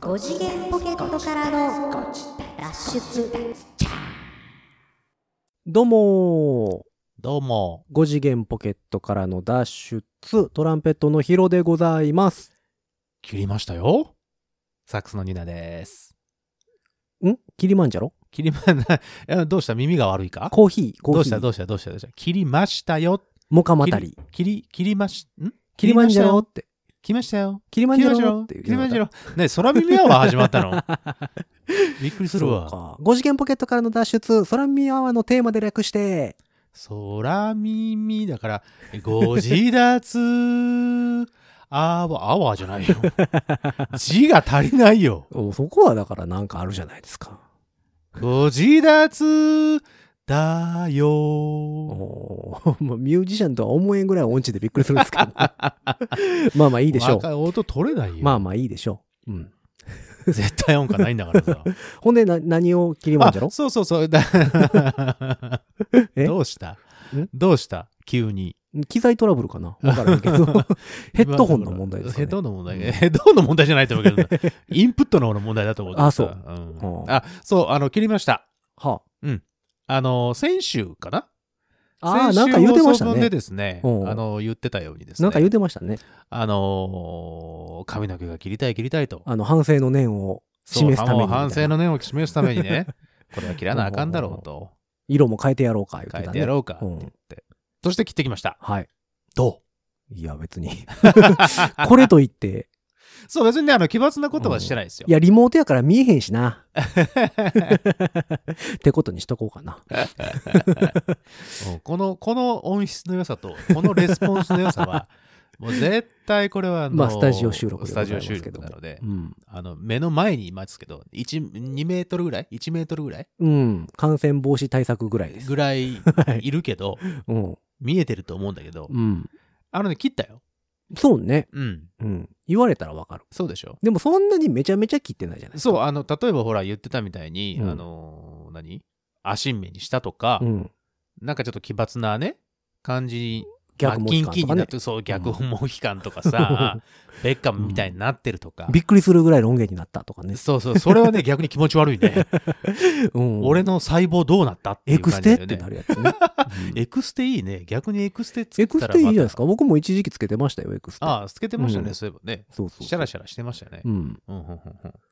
5次元ポケットからの脱出どうもどうも、ー、5次元ポケットからの脱出、トランペットのヒロでございます。切りましたよ。サックスのニナです。んキリマンジャロ切りま、 えどうした耳が悪いかコーヒー、コどーうヒしー、たどうしたどうしたどうした切りましたよ。モカマタリ。切り、切りまし、んキリマンジャロって。切りましたよ。キリマン切ジャりましたロよっ。て切言うりましたよ。ね空耳アワー始まった のびっくりすそるうわ。か。5次元ポケットからの脱出、空耳アワーのテーマで略して、空耳だから、ご自 立。あわ、あわじゃないよ。字が足りないよ。おそこはだからなんかあるじゃないですか。ご自立だよ。おー もうミュージシャンとは思えんぐらい音痴でびっくりするんですけ ど。まあまあいいでしょう若。い音取れないよ。まあまあいいでしょう。うん。絶対音感ないんだからさ。ほ んでな、何をキリマンジャロあそうそうそう。だ えどうしたんどうした急に。機材トラブルか なわからんけど。ヘッドホンの問題ですかヘッね。ドホンの問題。ヘッドホンの問題じゃないと 思うけど、インプットの方の問題だと思うけどさ。あううんん。あ、そう、あの、切りました。はあの、先週かなあ。ああー、先週なんか言うてました放送分でね。ですね、あうんの、言ってたようにですね。なんか言うてましたね。あのー髪の毛が切りたい切りたいと。あの、反省の念をそう示すためにみたいな反省の念を示すためにね、これは切らなあかんだろ うと。色も変えてやろうか、言って変えたてね。やろうかって言って。そして切ってきました。はい。どいや、別に。 うこれといって、そう、別にね、あの、奇抜なことはしてないですよ。いや、リモートやから見えへんし な。ってことにしとこうかな。うんこの、この音質の良さと、このレスポンスの良さは、 もう絶対これはの、まあスタジオ収録でスござタいジまオす収けど録もなのでう、ん。あの、目の前にいますけど、1、2メートルぐらい ?1 メートルぐらいうん。感染防止対策ぐらいです。ぐらいいるけど、うん。見えてると思うんだけど、うん。あのね、切ったよ。そうね。うん。うん。言われたらわかる。そうでしょでもそんなにめちゃめちゃ切ってないじゃないそう、あの、例えばほら、言ってたみたいに、うんあの、何足ん目にしたとか、うん。なんかちょっと奇抜なね、感じ逆まあもキ期ン間キとンにかなねっ。て、そう、逆毛期間とかさ、ベッカムみたいになってるとか。びっくりするぐらいロン毛になったとかね。そうそう、それはね、逆に気持ち悪 いね。うん俺の細胞どうなったっていエうク感スじだテっよね。てなるやつね。うんエクステいいね。逆にエクステつけエクたスらテいいじゃないですか。か。僕も一時期つけてましたよ、エクステ。ああ、つけてましたね、うんそういえばね。そうそうそう。シャラシャラしてましたねう。ん。うん、うん、うんうん。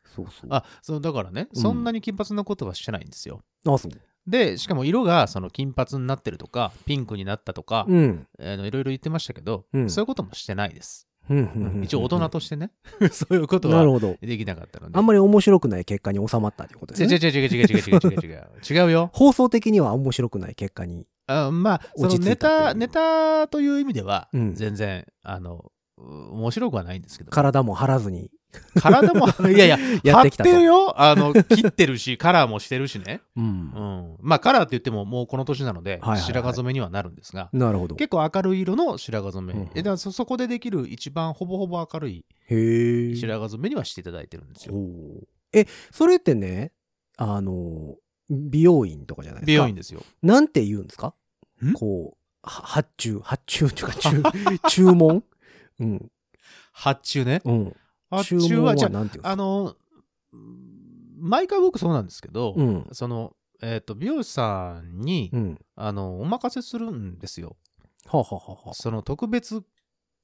そうそう。あ、そう、だからね、うんそんなに金髪なことはしてないんですよ。あ、そう。で、しかも色がその金髪になってるとか、ピンクになったとか、うん。あのいろいろ言ってましたけど、うんそういうこともしてないです。うんうんうん一応大人としてね、 そういうことなはるほど。できなかったので。あんまり面白くない結果に収まったということです違う違うね。違う違う違う違う違う違う。違うよ。放送的には面白くない結果に。 あまあ、そ落ちの着いネたっていタ、うネタという意味では、うん全然、あの、う面白くはないんですけど、体も張らずに。体も、 いやいや、や張ってっきたとてるよ。あの、切ってるし、カラーもしてるしね。う。うんん。まあ、カラーって言っても、もうこの年なので、はいはいはい白髪染めにはなるんですが、なるほど。結構明るい色の白髪染め。うんうんえだからそそこでできる一番ほぼほぼ明るいへえ。白髪染めにはしていただいてるんですよ。おーえ、それってね、あの、美容院とかじゃないですか。美容院ですよ。なんて言うんですかんこう、は発注、発注というか、注、 注文うん、発注ね。うん。発注注文はは、じゃあなんて言うんですかあの、毎回僕そうなんですけど、うん、その、えっ、と、美容師さんに、うん。あの、お任せするんですよ。はあ、はあはあはあ、その特別、 ん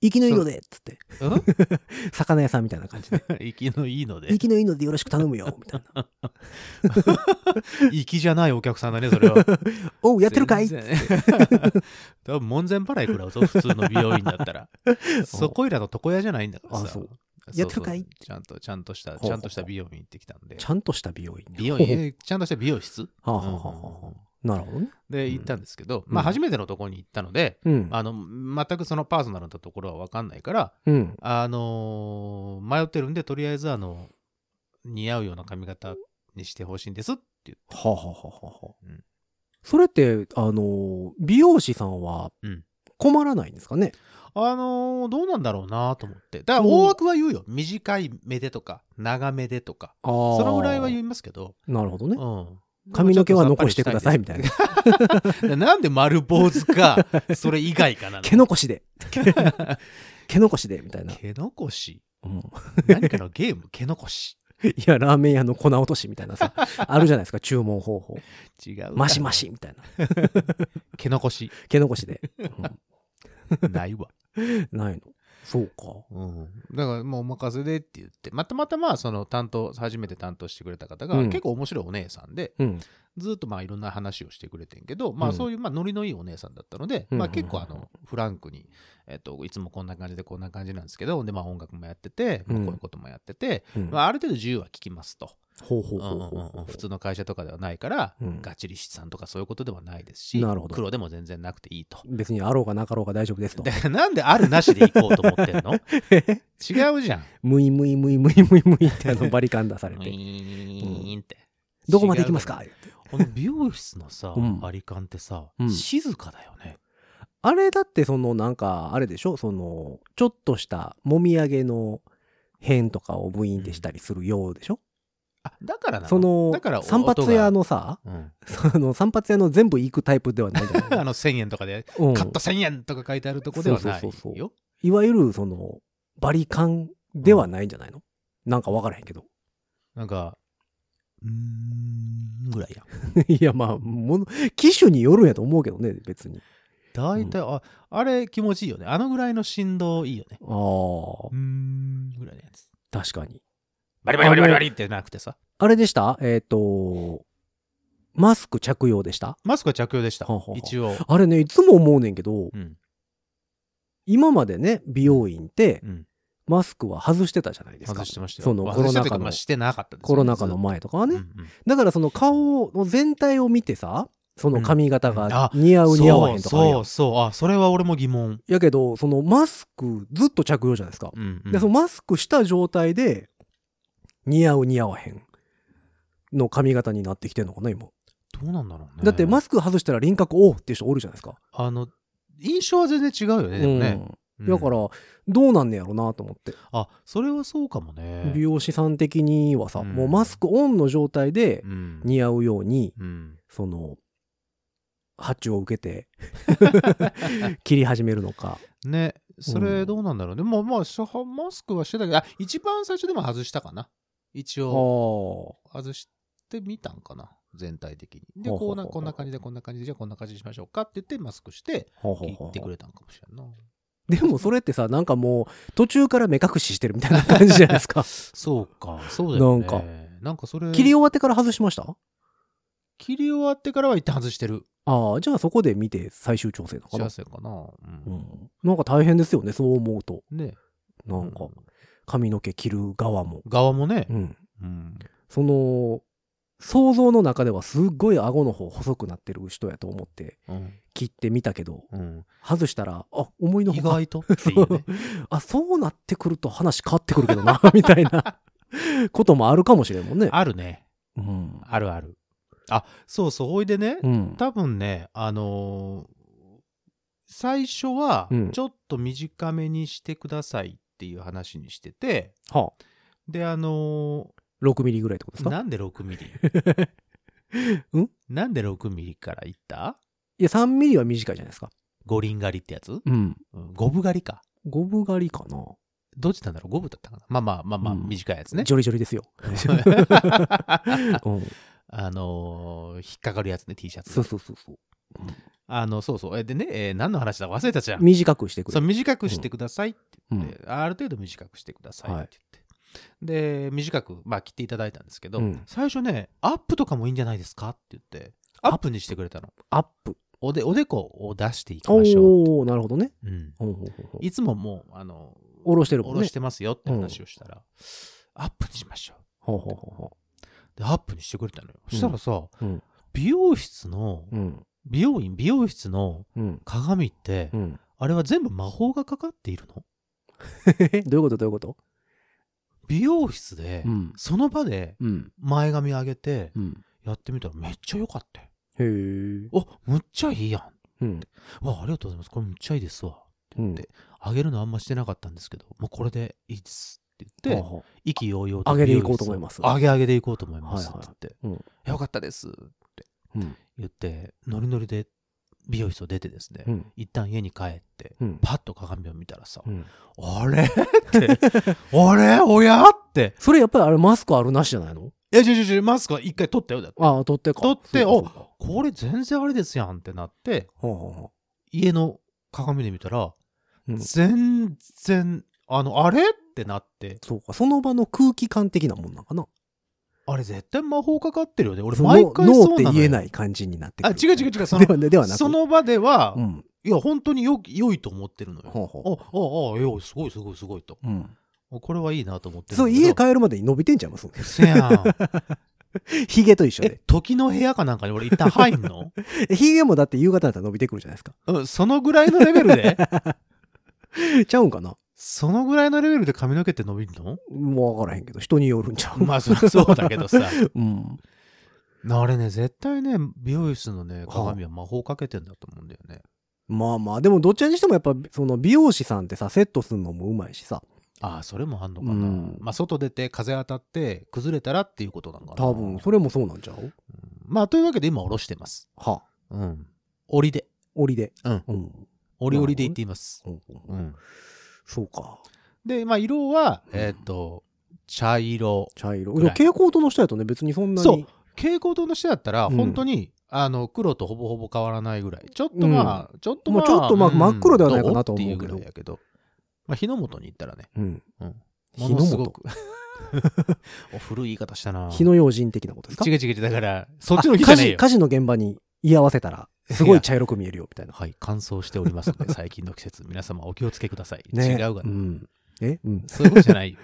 生きのいいのでっつって、生魚屋さんみたいな感 じで、きのいいので生。きのいいのでよろしく頼むよ、みたいな。 生きじゃないお客さんだね、それは。おう、 やってるかい全然多分門前払い くらいぞ、普通の美容院だったら。そこいらの床屋じゃないんだからさ。あそううやってるかいちゃんと、ちゃんとした、ほうほうちゃんとした美容院行ってきたんで。ちゃんとした美容院。美容院、えちゃんとした美容室はあ、はあうんはあはあ、なるほどね。で、行ったんですけど、まあ、うん初めてのとこに行ったので、うん。あの全くそのパーソナルなところは分かんないから、うん。あのー迷ってるんで、とりあえずあの似合うような髪型にしてほしいんですって言はあ、はあはあはあはあうんそれって、あの、美容師さんはうん困らないんですかね、うあのーどうなんだろうなと思って、だからお大枠は言うよ、短い目でとか、長めでとか、ああ。そのぐらいは言いますけど、なるほどうね。ん、髪の毛は残してください、みたいな。な。なんで丸坊 主か、それ以外かな。毛残 しで毛残しでみたいな、毛残しうん何かのゲーム、毛残し。いや、ラーメン屋の粉落としみたいなさ、あるじゃないですか、注文方 法。違うマシママシみたいな。毛残し毛残しで。 ないわ、ないの。そうか。うん、だからもうお任せでって言ってまたまたまあその担当初めて担当してくれた方が、うん結構面白いお姉さんでうん。ずっとまあいろんな話をしてくれてんけど、まうあんそういうまあノリのいいお姉さんだったので、うんまあ結構あのフランクに、えっと、いつもこんな感じでこんな感じなんですけどでまあ音楽もやってて、まあうんこういうこともやってて、うんまあ、ある程度自由は聞きますと、ほうほううんほううんほううんほうんう。普通の会社とかではないから、うんがっちり資産とかそういうことではないですしなるほど黒でも全然なくていいと。 別にあろうがなかろうが大丈夫ですとだ。からなんであるなしで行こうと思って んの違うじゃん。むいむいむいむいむいむいってあのバリカン出されウ て。ィーンって。どこまで行きますかこの美容室のさ、うんバリカンってさ、うん静かだよね。あれだってそのなんかあれでしょそのちょっとしたもみあげの辺とかをブイーンってしたりするようでしょ、あだからなのそのだから散髪屋の、のさうんその散髪屋の全部行くタイプではないじゃない あの1000円とかで、うんカット1000円とか書いてあるとこではないよ。そうそうそうそいわゆるそのバリカンではないんじゃないの、なんかわからへんけど なんか、うーんぐらいやん。いやまあもの機種によるんやと思うけどね別に大体、あ、あれ気持ちいいよね。あのぐらいの振動いいよね。ああうーんぐらいのやつ。確かにバリバリバリバリバリってなくてさ。あれでしたえっ、とマスク着用でしたマスクは着用でしたはあはあは。あ一応。あれねいつも思うねんけどうん。今までね美容院ってうん。マスクは外してたじゃないですか外してましたよ。そのコロナ禍のまあしてなかったですねコロナ禍の前とかはね、ずっとうんうんだからその顔の全体を見てさその髪型うんがあ似合う似合わへんとかあるやんそうそうそう。あ、それは俺も疑問。やけどそのマスクずっと着用じゃないですか、うんうんでそのマスクした状態で似合う似合わへんの髪型になってきてんのかな今、どうなんだろうね。だってマススク外したら輪郭おうっていう人おるじゃないですか、あの、印象は全然違うよね、でもね。うん、だうんからどうなんねやろなと思って、あ、それはそうかも美ね。容師さん的にはさ、うんもうマスクオンの状態でうん。似合うように、うん。その発注を受けて 切り始めるのかね、そうんれどうなんだろうね。まあまあ、しょマスクはしてたけど、あ、一番最初でも外したかな。一あ応、ー外してみたんかな。全体的に。で、ほうほこうほううな、こんな感じで、こんな感じで、じゃあこんな感じにしましょうかって言って、マスクして、ほうほう言ほうってくれたんかもしれんな。でもそれってさなんかもう途中から目隠ししてるみたいな感じじゃないですかそうか、そうだよなね。んかなんかそれ、切り終わってから外しました切り終わってからは一旦外してる。ああじゃあそこで見て最終調整なのかな幸、せかな。う。うんん、なんか大変ですよねそう思うとね。なんかう髪の毛切る側も、側もねう。ん、うん。その想像の中ではすっごい顎の方細くなってる人やと思ってうん。切ってみたけどうん。外したらあ思いの意ほか外とっていうね。あ、そうなってくると話変わってくるけどな、 みたいなこともあるかもしれんも んね。あるね。うん。あるある。あ、そうそう。おいでねう、ん。多分ね、あのー最初はうん、ちょっと短めにしてくださいっていう話にしてて、はあ、で、あの6ミリぐらいってことでーすか なんで6ミリ うんなんで6ミリからいったいや、3ミリは短いじゃないですか。五輪狩りってやつうん。うん五分狩りか。五分狩りかな。どっちなんだろう五分だったかなまあまあまあまあ、うん短いやつね。ジョリジョリですよ。うん。 あのー引っかかるやつね、T シャツ。そうそうそうそう。あの、そうそう。えでね、えー何の話だか忘れたじゃん。短くしてくそうれ。短くしてくださいって言って、ある程度短くしてくださいって言って。で、短く、まあ、切っていただいたんですけど、うん最初ね、アップとかもいいんじゃないですかって言って、アップにしてくれたの。アップ。おで、おでこを出していきましょう。おおーなるほどね。うん。ほんほんほんほんいつももう、あの、おろしてるもおんろねし。てますよって話をしたら、アップにしましょう。ほうほうほうほで、アップにしてくれたのよ。そしたらさ、うん美容室の、う。うん。美容院、美容室のうん。鏡って、うん。あれは全部魔法がかかっているのえどういうことどういうこと美容室で、うん。その場でうん。前髪上げてうん。やってみたらめっちゃ良かったよ。へえ。あむっちゃいいやん。うん。わありがとうございます。これむっちゃいいですわ。うんで上げるのあんましてなかったんですけど、もうこれでいいですって言はあって、はあ意気揚々上げていこうと思います上げ上げでいこうと思いますってはいはい言って、うんよかったですってうん言って、ノリノリで美容室を出てですね、うん。一旦家に帰って、うん。パッと鏡を見たらさ、うんあれ って、あれおやって。それやっぱりあれマスクあるなしじゃないのえ、ちょちょちょ、マスクは一回取ったよだって。ああ、取ってか。取って、そうおかそうかこれ全然あれですやんってなって、ほうほうほ家の鏡で見たら、ううん全然、あの、あれってなって、そうか。その場の空気感的なもんなんかな。あれ絶対魔法かかってるよね。俺その毎回脳そうっなのてよ。言えない感じになってくあ、る。違う違う違う。そでのはではなくその場では、うん。いや、本当によ良いと思ってるのよ。ほうほうあ、あ、あ、いや、すごいすごいすごいと。うん。あこれはいいなと思ってるんだそう、けど。家帰るまでに伸びてんちゃい ますうせやん。ヒゲと一緒えで。、 時の部屋かなんかに俺一旦入んのヒゲもだって夕方だったら伸びてくるじゃないですか。うん、そのぐらいのレベル でちゃうんかなそのぐらいのレベルで髪の毛って伸びるのもう分からへんけど、人によるんちゃう。まあ、そりゃそうだけどさ。 うん。な あれね、絶対ね、美容室のね、鏡は魔法かけてんだと思うんだよね。まあまあ、でもどっちにしてもやっぱ、その美容師さんってさ、セットするのもうまいしさ、ああ、それもあんのかな。うんまあ、外出て風当たって崩れたらっていうことなのかな。多分それもそうなんちゃううんまあ、というわけで今おろしてます。はあ、うん。折りで。折りで。うん。うん。折り折りで言っています。うんうん。そうか。で、まあ、色は、えっ、と、茶色。茶色。ぐらい蛍光灯の下やとね、別にそんなに。そう。蛍光灯の下だったら、うん本当に、あの、黒とほぼほぼ変わらないぐらい。ちょっとまあ、ちょっとまあ、まあちょっとまあうん真っ黒ではないかなと思うけどどっていうぐらいやけど。まあ、火の元に行ったらね、うん。うん。火ものの元すごく。 お古い言い方したな。火の用心的なことですか違う違う違う。だから、そっあちの火じ火ゃない事よ。火事の現場に居合わせたら、すごい茶色く見えるよ、みたいな。はい、乾燥しておりますの で、最近の季節、皆様お気をつけください。ね。違うがうな。ん。えうん。そういうことじゃな いよ。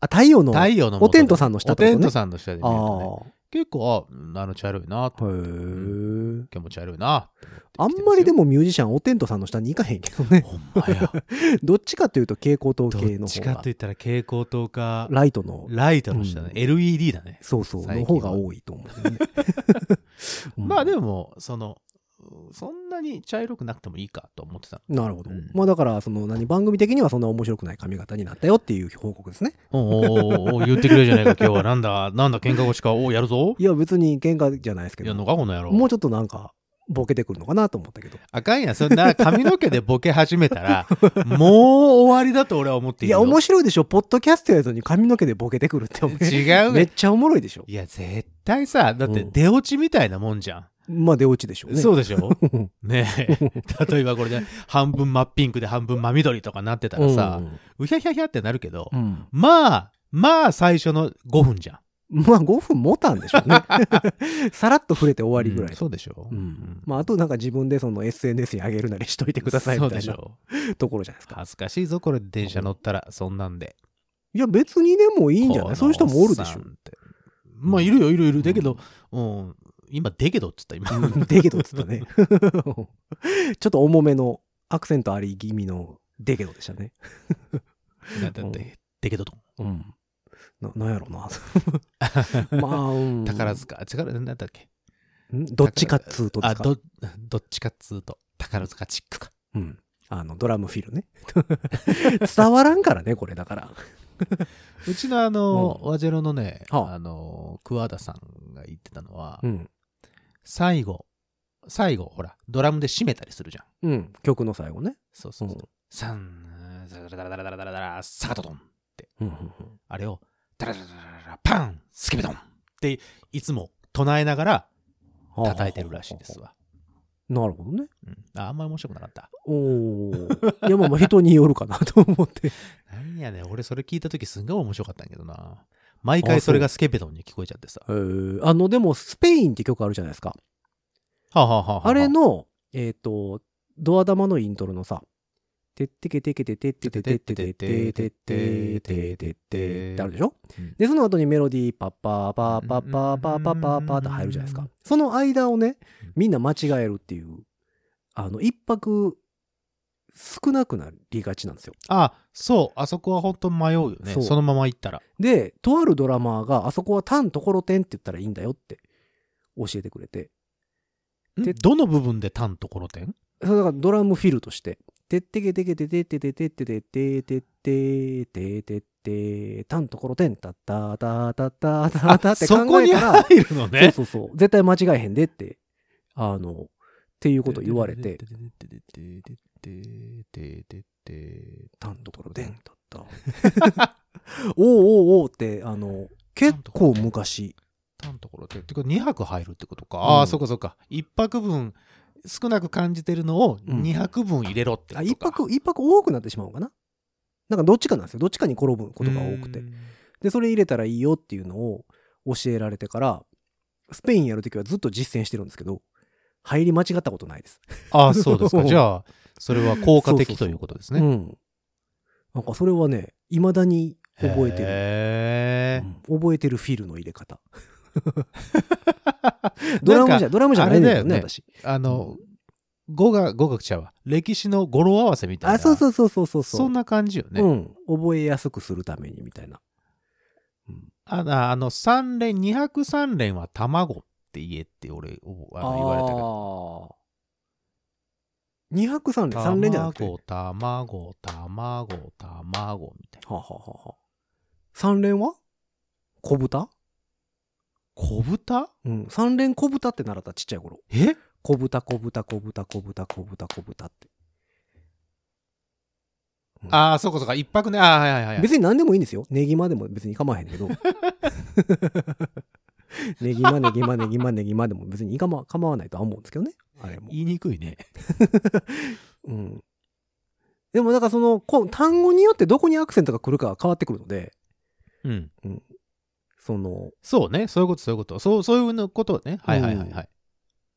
あ、太陽の。太陽のお天道ん。さんの下おってこと天ね。道さんの下で見るとね。あ結構、あうん、あの茶色いな、あ。へえ。今日も茶色いな。あんまりでも。もミュージシャンお天道さんの下に行かへんけどね。ほんまや。 どっちかというと蛍光灯ど系っのち方かがと。言ったら蛍光灯か、ライトの、ライトの下ね。うん LED だね。そうそう、最の近方がは多いと思う ね。うんまあでも、その、うんそんなに茶色くなくてもいいかと思ってたなるほどうん。まあだから、その何、番組的にはそんな面白くない髪型になったよっていう報告ですね。おうおうおうおう言ってくれるじゃないか、今日は。なんだ、なんだ、喧嘩腰か。おうやるぞ。いや、別に喧嘩じゃないですけやど、んのもか、この野郎。うちょっとなんか、ボケてくるのかなと思ったけど。あかんやん、そんな髪の毛でボケ始めた ら、もう終わりだと俺は思っていいるや、よ。面白いでしょ。ポッドキャストやのに髪の毛でボケてくるって思う。 違うめねっちゃおもろいでしょ。いや、絶対さ、だってうん出落ちみたいなもんじゃん。まあ出落ちでしょうね。そうでし ょんねえ。 例えばこれで、半分真っピンクで半分真緑とかなってたらさ、うひゃひゃひゃってなるけど、うん、うん。まあ、まあ最初の5分じゃん。まあ5分持たんでしょ うね。さらっと触れて終わりぐらういん。そうでしょ。うんまああとなんか自分でその SNS に上げるなりしといてくださいそみうたでいしなょ。ところじゃないですか。恥ずかしいぞ、これ電車乗ったら、そんなんで。いや別にでもいいいんじゃないそういう人もおるでしょ。まあ、いるよ、いるいる。だけど、うん、今、でけどっつった、今。 うんデゲドっつったね。 ちょっと重めのアクセントあり気味のデゲドでしたね。だだって、でけどと。うん。ななんやろ うな。まあ、うん、宝塚、違う、なんだったっけ。んどっちかっつうとであ、すかど、どっちかっつうと、宝塚チックか。うん。あの、ドラムフィルね。 伝わらんからね、これだから。うちのあの、うんワジェロのね、はああの、桑田さんが言ってたのは、うん。最後、最後、ほら、ドラムで締めたりするじゃん。うん。曲の最後ね。そうそうそうう。さん、ダラダラダラダラダラダラ、サガトドン。うんうんうんあれを、ダラダラダラダラ、パンスケベドンって、いつも唱えながら叩いてるらしいですわ。なるほどね。うん、ああんまり面白くなかった。おお。いや、まあまあ人によるかなと思って。なんやねん俺それ聞いた時すんごい面白かったんやけどな。毎回それがスケベドンに聞こえちゃってさ。えーあの、でも、スペインって曲あるじゃないですか。はあ、はあはあはあ、あれの、えっ、と、ドア玉のイントロのさ、てってけてけててってててててててててててってあるでしょうんで、その後にメロディー、パッパーパーパッパーパーパーパーパーって入るじゃないですか。その間をね、みんな間違えるっていう、あの、一泊少なくなりがちなんですよ。あ、そう、あそこは本当迷うよね。そうそのまま行ったら。で、とあるドラマーが、あそこは単ところてんって言ったらいいんだよって教えてくれて、んでどの部分で単ところてんそれだからドラムフィルとして、てってけてけててててててててててててて、単ところてん、たったたたたたたってそこ考えにたら、入るのね。そうそうそう、絶対間違えへんでって、あの、っていうことを言われて、。たんところでん、たった。おうおうおうって、あの、結構昔。たんところで。てか2泊入るってことか。あうあ、んそうかそうか。1泊分少なく感じてるのをうん2泊分入れろってことか。あ、一泊、一泊多くなってしまうのかななんかどっちかなんですよ。どっちかに転ぶことが多くてう。ん。で、それ入れたらいいよっていうのを教えられてから、スペインやるときはずっと実践してるんですけど、入り間違ったことないです。ああ、そうですか。じゃあ、それは効果的ということですうね。ん。なんかそれはね、未だに覚えてる。へーうん覚えてるフィルの入れ方。 ドラムじゃ、ドラムじゃないんだよね、あれだよね私。あの、語学、語学ちゃうわ。歴史の語呂合わせみたいな。あ、そうそううそうそうそう。そんな感じよね。うん。覚えやすくするためにみたいな。あああの、三連、2泊3連は卵って言えって俺、おあの言われたけど。れたけど。203連、3連じゃなくて。は卵、卵、卵、卵みたいな。あ、はあはあはあ、3連は小豚小豚うん。3連小豚って習った、ちっちゃい頃。え小豚、小豚、小豚、小豚、小豚、小豚って。ああ、そうかそうか。一泊ね。ああ、はいはいはい。別に何でもいいんですよ。ネギマでも別に構わへん けど。ネギマ、ネギマ、ネギマ、ネギマでも別に構わ構わないとは思うんですけどね。あれも。言いにくいね。うん。でもなんかその、こう単語によってどこにアクセントが来るかが変わってくるので、うん。その、そうね。そういうこと、そういうこと。そう、そういうのことね。はいはいはいはい。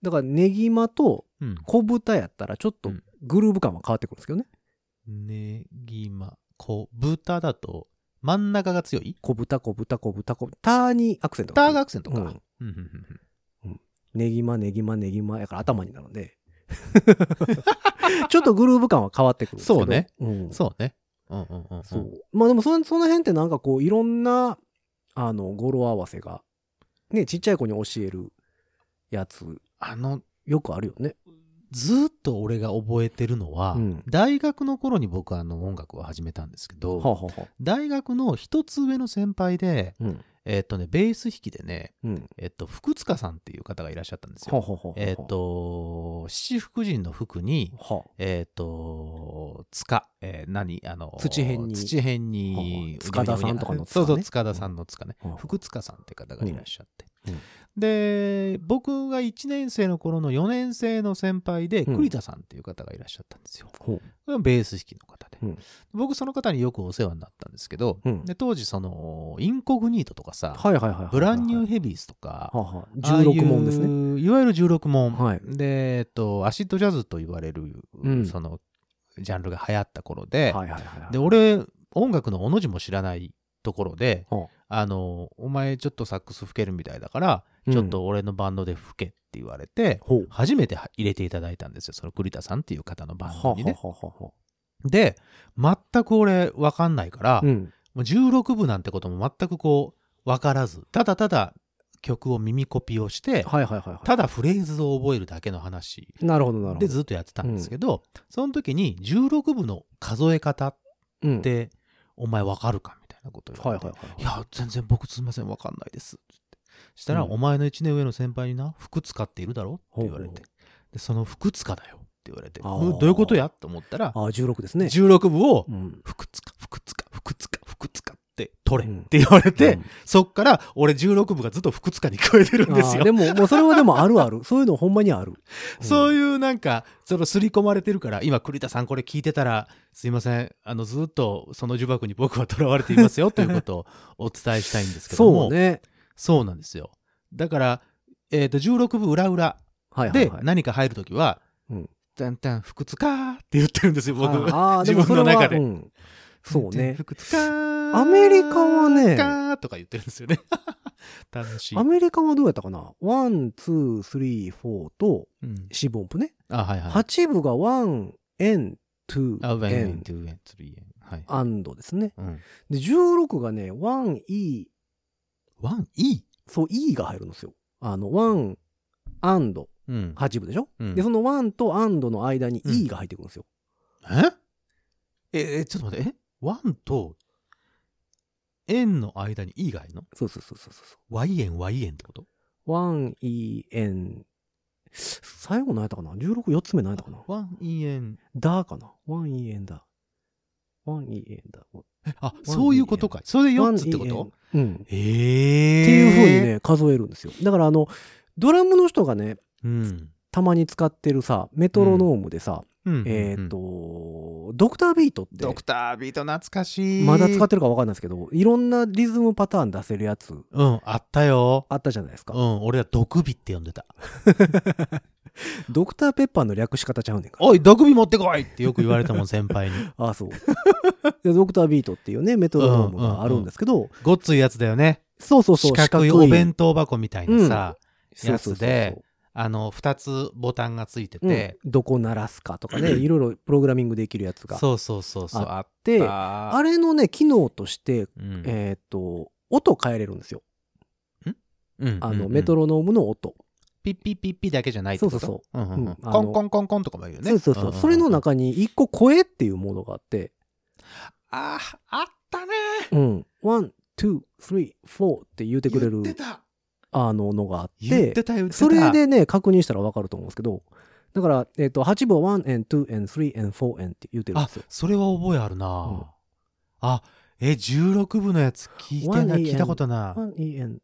だからネギマとうん。小豚やったらちょっとうんグルーヴ感は変わってくるんですけどね。ねぎま、こ、豚だと、真ん中が強い小豚、小豚、小豚、小豚。タにアクセントターがが来る。アクセントか。ううんんうんうんうんネギマ、ネギマ、ネギマやから頭になるんで。 ちょっとグルーヴ感は変わってくるんですけど。そうね。うん。そうね。うんうんうんうん。そう。まあでもその、その辺ってなんかこう、いろんな、あの、語呂合わせが、ね、ちっちゃい子に教えるやつ、あの、よくあるよね。ずーっと俺が覚えてるのは、うん大学の頃に僕あの音楽を始めたんですけど、はあ、はあはあ、大学の一つ上の先輩で、うん。えっとね、ベース弾きでね、うん。えっと、福塚さんっていう方がいらっしゃったんですはあ、はあよ。はあはあえっ、と、七福神の服に、はあえっ、と、塚、えー何あの、土偏に土辺に、はは塚田さんとかの塚ねそうそう、塚田さんの塚ね。はあ福塚さんって方がいらっしゃって。うんうんで、僕が1年生の頃の4年生の先輩で、うん栗田さんっていう方がいらっしゃったんですよ。ほう。これはベース弾きの方で、うん僕その方によくお世話になったんですけど、うんで当時そのインコグニートとかさ、はいはいはいはいはい。ブランニューヘビースとか、はあはあ、16問ですね。ねいわゆる16問、はいで、えっと、アシッドジャズと言われる、うんそのジャンルが流行った頃で、はいはいはいはい。で俺音楽のおの字も知らないところで、はあのお前ちょっとサックス吹けるみたいだから、うんちょっと俺のバンドで吹けって言われてほう。初めて入れていただいたんですよその栗田さんっていう方のバはンあドはにね。あはあはあはで全く俺分かんないから、あ。うん。もう16部なんてことも全くこう分からずただただ曲を耳コピーをして、はいはいはいはただフレーズを覚えるだけの話い。なるほどなるほど。でずっとやってたんですけど、その時に16部の数え方っうんてお前分かるかみたいなことを言はいわれはいて、はいい。や全然僕すいません分かんないです」ってしたら、うんお前の1年上の先輩にな服使っているだろ?」って言われてほうほでその服使だよ」って言われて「あーうんどういうことや?」と思ったらああ、16ですね。 16部をうん。服つか、服つか、服つか、服つかって取れって言われて、うんそっから俺16部がずっと服つかに聞こえてるんですああよ。でも、もうそれはでもあるあ る。そういうのほんまにある。そういいうなんか、その刷り込まれてるから、今栗田さんこれ聞いてたら、すいません、あのずっとその呪縛に僕は囚われています よということをお伝えしたいんですけども、そうね。そうなんですよ。だから、えっ、と、16部裏裏はいはいではい。何か入るときは、うんだんだん服つかーって言ってるんですよ、僕。ああ、でも自そ分れのは中でうんそうね。服つかーアメリカはねかーとか言ってるんですよね。 楽しい。アメリカはどうやったかな ?1、2、3、4とうん四分音符ね。あ、はいはい。 8部が 1, n, 2, あ、ワン、 n, ツー、ワン、スリー、はい。 and ですね。うん。で、16がね、1, e, ワン、E? そう、e が入るんですよ。あの、1, and うん。 8部でしょ、うんで、その1と and の間にうん e が入ってくるんですよ。ええ、ちょっと待って、えワンと、円の間に E が入るのそうそうそうそうそ ?Y 円、Y 円ってことう。1, e, n, 最後何やったかな ?16、4つ目何やったかなワンイエン。だかなワンイエンだ。ワンイエンだ。あ、そういうことか。それで4つってこワンとイエンうん。えっえていう風にね、数えるんですよ。だからあの、ドラムの人がね、うん。たまに使ってるさ、メトロノームでさ、うん。えーっ、うん、と、ドクタービートってド、クタービート懐かしい。。まだ使っててるかわかんないですけど、いろんなリズムパターン出せるやつうん、あったよ。あったじゃないですうか。ん、俺は毒火って呼んでた。ドクターペッパーの略し方ちゃうねんから。おい、毒火持ってこいってよく言われたもん、先輩に。ああ、そう。でドクタービートっていうね、メトロノームがあるんですけど、ごっついやつだよね。そうそうそう、四角いお弁当箱みたいなさ、そうそうそうそうやつであの、二つボタンがついてて、うんどこ鳴らすかと かね、いろいろプログラミングできるやつがあっ、そうそうそうそう、あってあた。れれのね、機能として、うんえーっと、音変えれるんですよ。うんあうんうの、んメトロノームの音。ピッピッピッピだけじゃないってこと。そうそううんうんう、うんんコあのンコンコンコンとかもいるよね。そうそうそう。んんんそれの。中に一個声っていうものがあって、あー、あったねうん。ワン、ツー、スリー、フォーって言うてくれ言るって、た。あの、のがあって、言ってた、言ってた。それでね、確認したらわかると思うんですけど、だから、えっ、と、8部は1 and 2 and 3 and 4 and って言うてるんあですよ。、それは覚えあるな、うんあ、え、16部のやつ聞いてない、 1AM 聞いたことない。 1 e and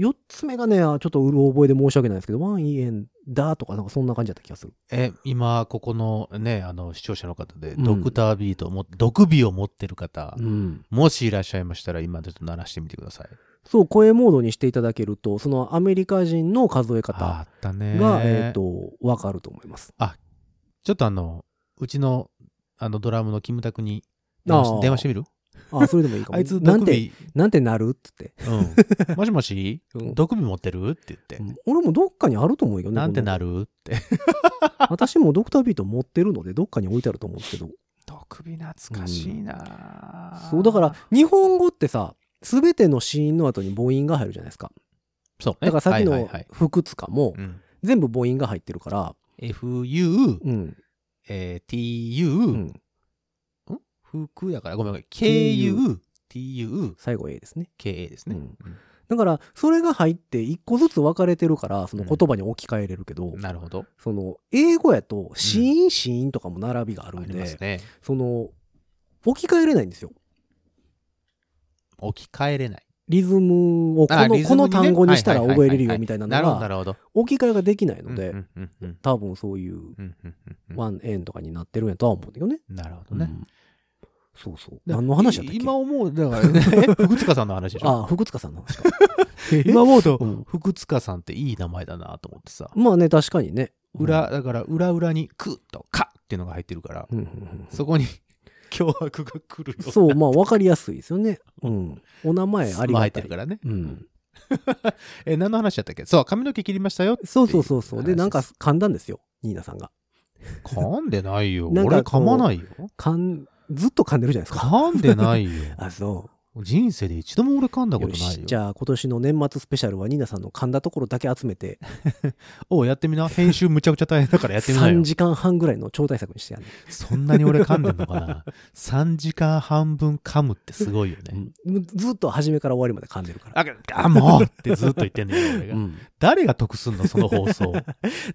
4つ目がね、あちょっとうる覚えで申し訳ないですけど、1 e and だとか、なんかそんな感じだった気がする。え、今、ここのね、あの、視聴者の方で、うんドクタービートを持って、毒火を持ってる方、うん。もしいらっしゃいましたら、今ちょっと鳴らしてみてください。そう、声モードにしていただけると、そのアメリカ人の数え方あったね。が、えっ、と、わかると思います。ちょっとあの、うちの、あの、ドラムのキムタクに電あ話しー電話してみるあ、それでもいいかも。 あいつ、なん毒て、火、なんてなるっつって。 うん。もしもし、うん毒火持ってるって言って。うん俺もどっかにあると思うよね。なんてなるる って。私もドクタービート持ってるので、どっかに置いてあると思うんですけど。毒火懐かしいな、そう、だから、日本語ってさ、すべての子音の後に母音が入るじゃないですか。そうね。だからさっきはのいはいはい不屈かもう、ん全部母音が入ってるから、 FU、うん、えーう TU、ん、服やから、ごめんごめん、KU、TU、最後 A ですね。 KA ですねう。んだから、それが入って一個ずつ分かれてるから、その言葉に置き換えれるけど、うんなるほど。その、英語やと、子音、子音とかも並びがあるあんりで、ますね。その、置き換えれないんですよ。置き換えれない。リズムをこあの,、リズこのムにね単語にしたらはいはい覚はえいはいれるよみたいなのなるほど、ながるほど。置き換えができないので、うんうんうん多分そういううんうんうんワンエンとかになってるんやとは思うんだけどね。うんなるほどねう。んそうそう。何の話だったっけ今思う、だからね、え福塚さんの話でしょ。 ああ、福塚さんの話か。今思うとう、ん福塚さんっていい名前だなと思ってさ。まあね、確かにね。裏、だから、裏裏に、くとかっていうのが入ってるから、うん。うんうんそこに 脅迫が来るよううんな。そう、まあ分かりやすいですよね。うん。お名前あり入がったている。からね。うん。え、何の話だったっけそう、髪の毛切りましたよ。そうそうそうそう。で、話ですなんか噛んだんですよ。ニーナさんが。噛んでないよ。 なん俺か噛まないよ。噛ん、ずっと噛んでるじゃないですか。噛んでないよ。あ、そう。人生で一度も俺噛んだよことないしよ。じゃあ今年の年末スペシャルはニーナさんの噛んだところだけ集めておうやってみな。編集むちゃくちゃ大変だからやってみな3よ。時間半ぐらいの超大作にしてやる、そんなに俺噛んでんの かな。3時間半分噛むってすごいよね。うんずっと初めから終わりまで噛んでるから、あ、あもうってずっと言ってんだよ、俺が。うん誰が得すんの、その 放送。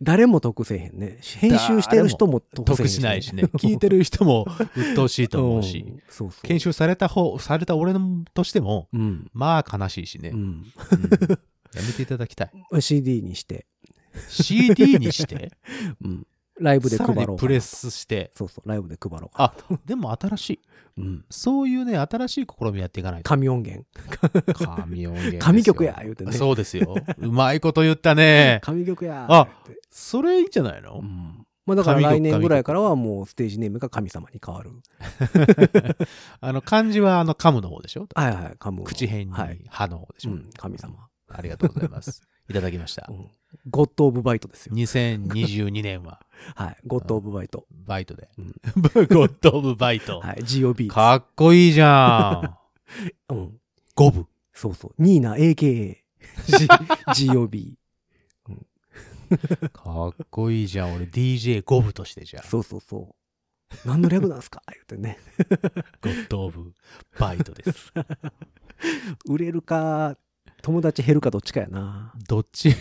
誰も得せえへんね編集してる人も得せえへ得んしないしね。聞いてる人も鬱陶しいと思うし。んそうそう研修された方、された俺のとしても、うん、まあ悲しいしね。ううんやめていただきたい。ん、CD にして、 CD に して、うん、ライブでさ配らろにうプレスして、そうそうライブで配ろうかあ、でも新しい。うん、そういうね、新しい試みやっていかないと。神音源神音源ですよ神曲や言うてねそうですよ。うまいこと言ったね。神曲やあってそれいいんじゃないうのんまあだから来神曲年ぐらいからはもうステージネームが神様に変わるあの、漢字はあの、噛むの方でしょはいはい神口辺にはい、歯の方でしうょ、ん、神様ありがとうございます。 いただきましたう。んゴッド・オブ・バイトですよ。 2022年は、はい。ゴッド・オブ・バイト。バイトでうん ゴッド・オブ・バイト。はい。GOB。かっこいいじゃ うん。ん。五部。そうそう。ニーナ AKA。G- GOB。かっこいいじゃん。俺 DJ 五部としてじゃあ、そうそうそう。何の略なんすか言ってね。 ゴッド・オブ・バイトです。売れるか、友達減るかどっちかやな。どっち い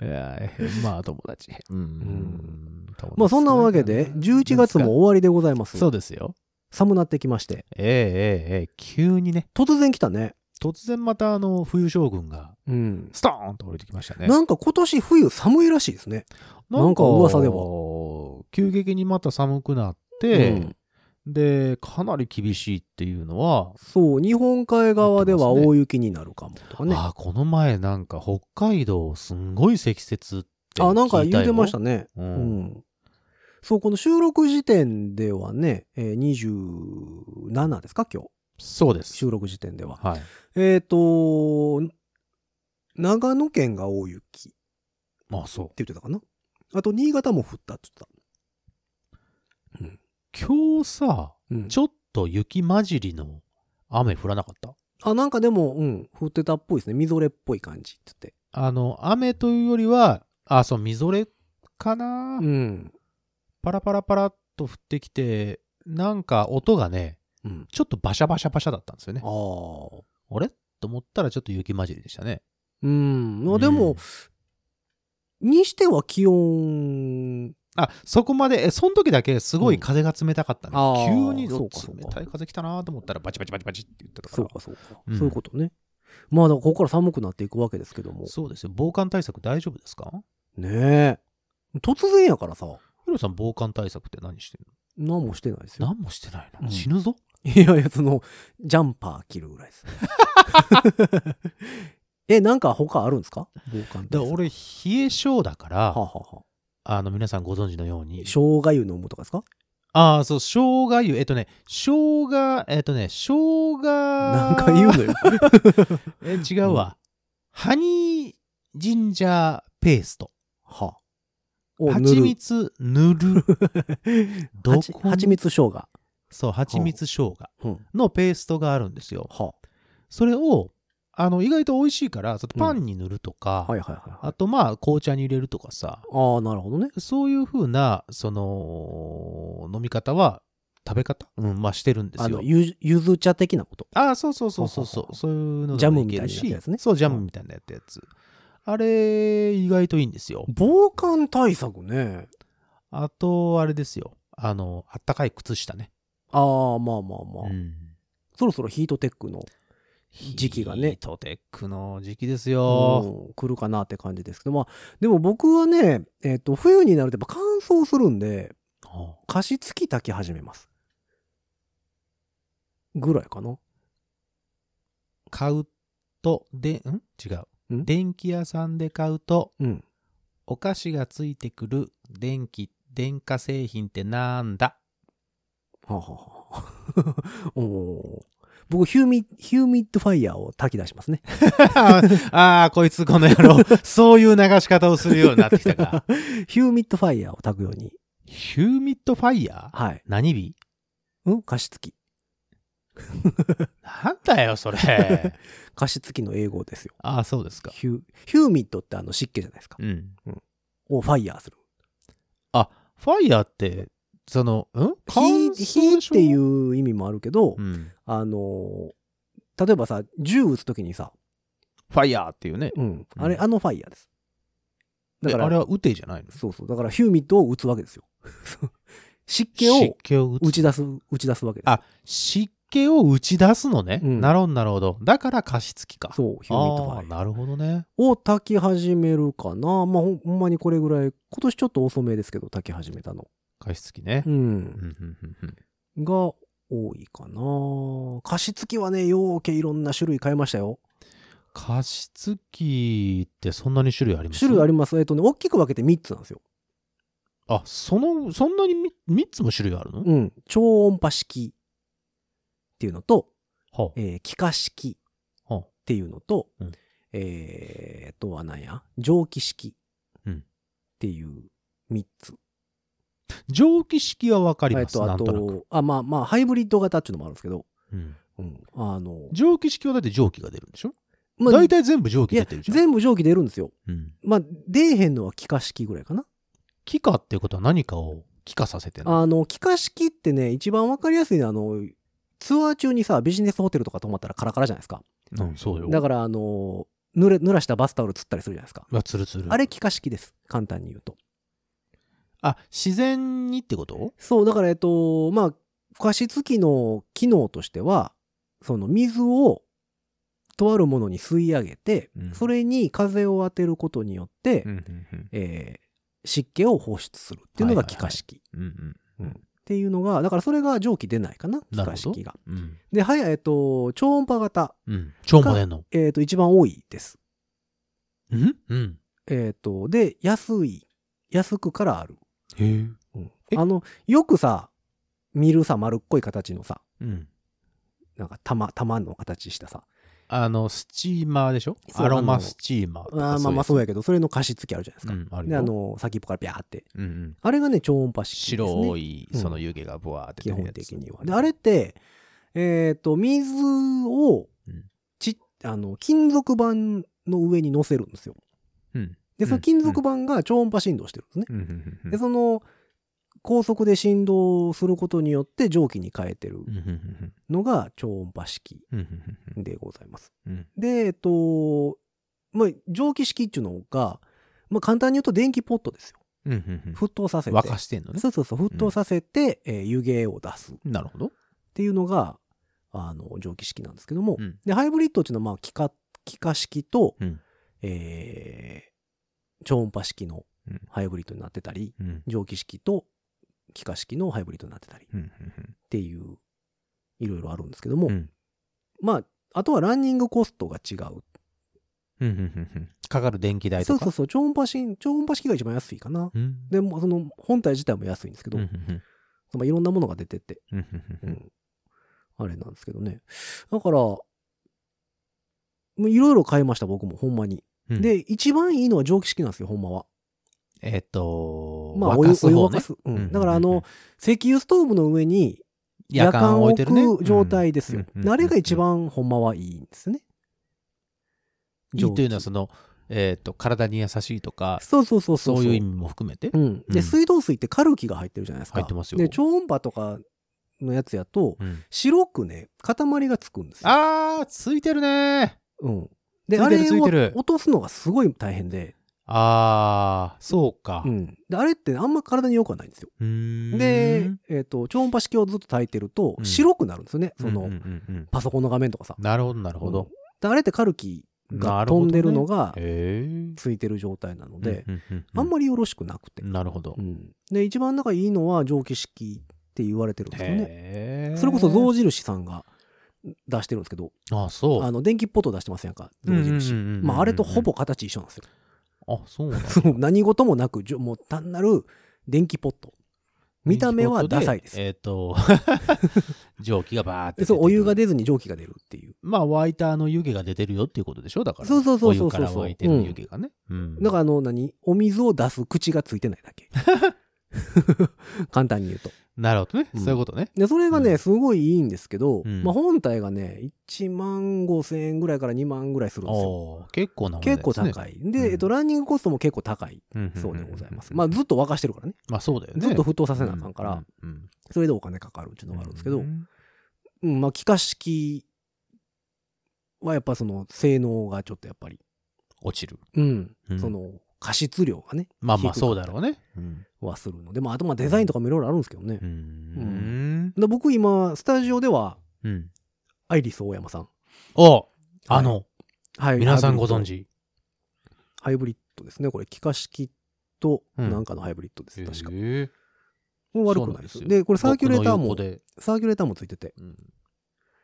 やまあ友達。うん。友達まあそんなわけで、11月も終わりでございます。そうですよ。寒なってきまして。ええええええ急にね、突然来たね。突然またあの、冬将軍が、うん。ストーンと降りてきましたね。なんか今年冬寒いらしいですね。なんか噂では。急激にまた寒くなって、うんで、かなり厳しいっていうのは、そう、日本海側では大雪になるかもとかね。あーこの前なんか北海道すんごい積雪って聞いたよあ、なんか言うてましたね。う。うんん。そう、この収録時点ではね、えー27ですか今日。そうです。収録時点では。はい。えっ、と、長野県が大雪ってまあそう。言ってたかな。あと、新潟も降ったって今日さ、言ってちた。ょっと雪混じりの雨降らなかったうん。あ、なんかでも、うん、降ってたっぽいですね。みぞれっぽい感じってあの、雨というよりは、あ、そう、みぞれか言な、って。うん。パラパラパラっと降ってきて、なんか音がね、うん。ちょっとバシャバシャバシャだったんですよねあ。あ。あれと思ったらちょっと雪混じりでしたね。うん。まうあんでも、にしては気温、あ、そこまで、え、その時だけすごい風が冷たかったね。うんあー急にどそう冷かそうかたい風来たなと思ったらバチバチバチバチって言ってたから。そうかそうか。うんそういうことね。まあだからここから寒くなっていくわけですけども。そうですよ。防寒対策大丈夫ですかねえ。突然やからさ、ヒロさん防寒対策って何してる何もしてないですのよ。何もしてないの、うん死ぬぞ。 いやいや、その、ジャンパー着るぐらいです。 え、なんか他あるんですか防寒で対策俺冷え性だから、はあ、はあはああの皆さんご存知のように生姜湯飲むとかですかああそう生姜湯えっとね生姜えっとね生姜なんか言う のよ。え違うわ、ハニージンジャーペーストはあ。を塗蜂る。蜜塗る ど蜂こ蜂に蜜生姜。はそう蜂蜜生姜うんのペーストがあるんですよあ。それをあの意外と美味しいからちょっとパンに塗るとか、はいはいはい。あとまあ紅茶に入れるとかさああ、なるほどね。そういうふうな、その、飲み方は、食べ方うん、まあしてるんですあよの、。ゆ、ゆず茶的なこと。ああ、そうそうそうそうそほうほうほう。うそういうのジャムいけるみたいなやつねそう、ジャムみたいなやったやつ。あれ、意外といいんですよ。防寒対策ね。あと、あれですよ。あの、あったかい靴下ね。ああ、まあまあまあ、うんそろそろヒートテックの、時期がねヒートテックの時期ですよ。うん来るかなって感じですけど、まあ、でも僕はね、えっ、と、冬になるとやっぱ乾燥するんで、あ加湿器炊き始めます。ぐらいかな。買うと、で、ん違う。ん電気屋さんで買うと、うん。お菓子がついてくる電気、電化製品ってなんだ はあ、はあはあ おー僕、ヒューミ、ヒューミッドファイヤーを炊き出しますね。ああ、こいつこの野郎、そういう流し方をするようになってきた か。 ヒューミッドファイヤーを炊くように。ヒューミッドファイヤーはい。何日うん加湿器。なんだよ、それ。加湿器の英語ですよ。 ああ、そうですか。ヒュー、ヒューミッドってあの湿気じゃないですか。うん。をファイヤーする。あ、ファイヤーって、その、ん。火、火っていうう意味もあるけど、うん。あのー、例えばさ、銃撃つときにさ、ファイヤーっていうね。うん、あれ、うんあのファイヤーです。だか、だかららあれは撃てじゃないのそうそう、だからヒューミッドを撃つわけですよ。 湿気を気を撃打つ。ち出す、打ち出すわけです。あ、湿気を打ち出すのね。うんなるほど、なるほど。だから加湿器か。そう、ヒューミッドフああァー、イヤーなるほどね。を炊き始めるかな。まあ、ほんほんまにこれぐらい、今年ちょっと遅めですけど、炊き始めたの。加湿器ねう。んう。んうんうんうんが多いかな。加湿器はね、ようけいろんな種類買いましたよ。加湿器ってそんなに種類あります種類ありります。えっとね、大きく分けて3つなんですよ。あそのそんなにみ3つも種類あるの、うん。超音波式っていうのと、はあえー気化式はあっていうのと、うんえー、あとは何や蒸気式うんっていう3つ。蒸気式はわかりえっます、と、なあんとなく、と、あ、まあまあ、ハイブリッド型っていうのもあるんですけど、うんうん。あの、蒸気式はだって蒸気が出るんでしょ、まあ大体全部蒸気いや出てる、じゃん、全部蒸気出るんですよ。うん、まあ、出えへんのは気化式ぐらいかな。気化っていうことは何かを気化させてるのあの、気化式ってね、一番わかりやすいのは、あの、ツアー中にさ、ビジネスホテルとか泊まったらカラカラじゃないですか。うん、そうよ。だから、あの、濡れ、濡らしたバスタオルつったりするじゃないですか。まあ、つるつる。あれ気化式です。簡単に言うと。あ、自然にってことそう、だから、えっと、まあ、加湿器の機能としては、その水を、とあるものに吸い上げて、うんそれに風を当てることによって、んうんえー湿気を放出するっていうのが気化式。うん。うんっていうのが、だからそれが蒸気出ないかな、気なるほ化ど式が。うん。うん。で、はや、えっと、超音波型、うん。超も出んのえっと、一番多いです。うんうん。えっと、で、安い、安くからある。へえ。うんえあの、よくさ、見るさ、丸っこい形のさ、うん。なんか玉、玉の形したさ、あの、スチーマーでしょそうアロマスチーマーとか。あーまあまあそうやけど、それの加湿器あるじゃないですか。うん、あるで、よあの、先っぽからビャーって。うんうん。あれがね、超音波式です、ね。白い、うんその湯気がブワーって基出る本やつ的には。で、あれって、えっ、と、水をうん、ち、あの、金属板の上に乗せるんですよ。うん。で、その金属板が超音波振動してるんですね。うんうんうんで、その、高速で振動することによって蒸気に変えてるうんうんうんのが超音波式うんうんうんでございます。うんで、えっと、まあ、蒸気式っていうのが、まあ、簡単に言うと電気ポットですよ。うんうんうん沸騰させて。沸かしてんのね。そうそうそう、沸騰させて、えー湯気を出すっなるほど。ていうのが、あの、蒸気式なんですけども、うんで、ハイブリッドっていうのは、まあ、気化、気化式と、うんえー超音波式のうんハイブリッドになってたり、うんうん蒸気式と気化式のハイブリッドになってたりっうんていう、いろいろあるんですけども、うんまあ、あとはランニングコストが違ううんうんうんうんかかる電気代そとうそうか。そう、超音波式、超音波式が一番安いかな。うんでも、その、本体自体も安いんですけど、うんうんまあ、いろんなものが出てて、うんううんん。あれなんですけどね。だから、もういろいろ買いました、僕も、ほんまに。うんうんで、一番いいのは蒸気式なんですよ、ほんまは。えっと、まあ、お湯、沸かおす湯方沸ねかす。ううんうんうんん。だから、あの、石油ストーブの上に夜間を置いてるね。置く状態ですようんうんうんう。んあれが一番、ほんまはいいんですね。いいというのは、蒸その、えっと、体に優しいとか気、そうそうそうそ。そうういう意味も含めてう。ん、うでん水道水ってカルキが入ってるじゃないですか入ってますよで超音波とかのやつやとうん白くね塊がつくんですよ、あー、ついてるね。うん、でついあてるれついてるを落とすのがすごい大変で,、あー、そうかう。ん、であれってあんま体に良くはないんですようーんで、えー、と超音波式をずっと炊いてるとうん白くなるんですよね、そうんうのんうんうんパソコンの画面とかさ、なるほど、なるほうんど。であれってカルキながるほ飛どんねでるのがへえ。ついてる状態なので、うんうんうんうんあんまりよろしくなくて、なるほどう。ん、で一番仲いいのは蒸気式って言われてるんですよねへえ。それこそ象印さんが出してるんですけど、あ、そう。あの電気ポット出してませんか象うん印うんうんうんうんまああれとほぼ形一緒なんですよあ、そうなんだそう 何事もなくじゅもう単なる電気ポット見た目はダサいですえっ、と、 蒸気がバーってでそうお湯が出出てくるずに蒸気が出るっていうまあ、沸いたあの湯気が出てるよっていうことでしょだから。そうそうそうそうそうお湯から沸いてる湯気がね。うん。だからあの何お水を出す口がついてないだけ 簡単に言うとなるほどね、うんそういうことね。でそれがうねんすごいいいんですけど、うんまあ、本体がね1万5千円ぐらいから2万ぐらいするんですよおー結構なお値段結構ですね高いで、えっと、ランニングコストも結構高いそうでございます。まあ、ずずっと沸かしてるからね。まあ、そうだよね。ずっと沸騰させさなあかんから、、うんそれでお金かかるっていううのんがあるんですけど、うん、まあ、気化式はやっぱその性能がちょっとやっぱり、落ちる。うん、うんその加湿量がね、まあまあ、そうだろうね。うんはするので、まあ、あとまあデザインとかもいろいろあるんですけどね。だうかん。ら僕今、スタジオでは、うん。アイリス大山さん。おあの、はい皆さんご存。知。ハイブリッドハイブリッドですね。これ、気化式と、うんなんかのハイブリッドです。確か。へーもう悪くないですそうなんですよ。よで、これサーキュレーター僕の横も、で、サーキュレーターもついてて。うん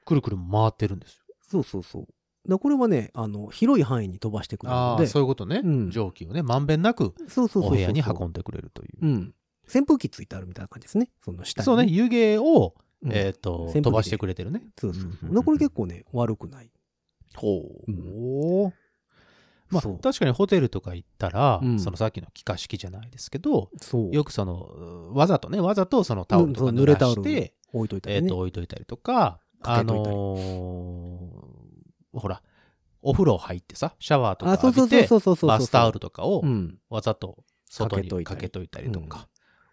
くるくる回ってるんですよ。そうそうそう。だからこれはね、あの、広い範囲に飛ばしてくれるあのあ、で、そういうことね。うん蒸気をね、まんべんなくそうそうそうそう。お部屋に運んでくれるという。うん。扇風機ついてあるみたいな感じですね。その下に。そうね、湯気を、うん。えっと、扇風機で飛ばしてくれてるね。そうそうそう。だんんんからこれ結構ね、悪くない。ほううんまあ、そう確かにホテルとか行ったら、うんそのさっきの気化式じゃないですけど、そう。よくその、うんわざとね、わざとそのタオルとかうん濡そう濡られタオしルて、置いといたえりっね。と、置いといたりとか、かあけといたりのーほら、お風呂入ってさ、シャワーとかあ、そうそ浴うびそうてそ、うそうそう。バスタオルとかをうん。わざと外にかかけけとといたりとか、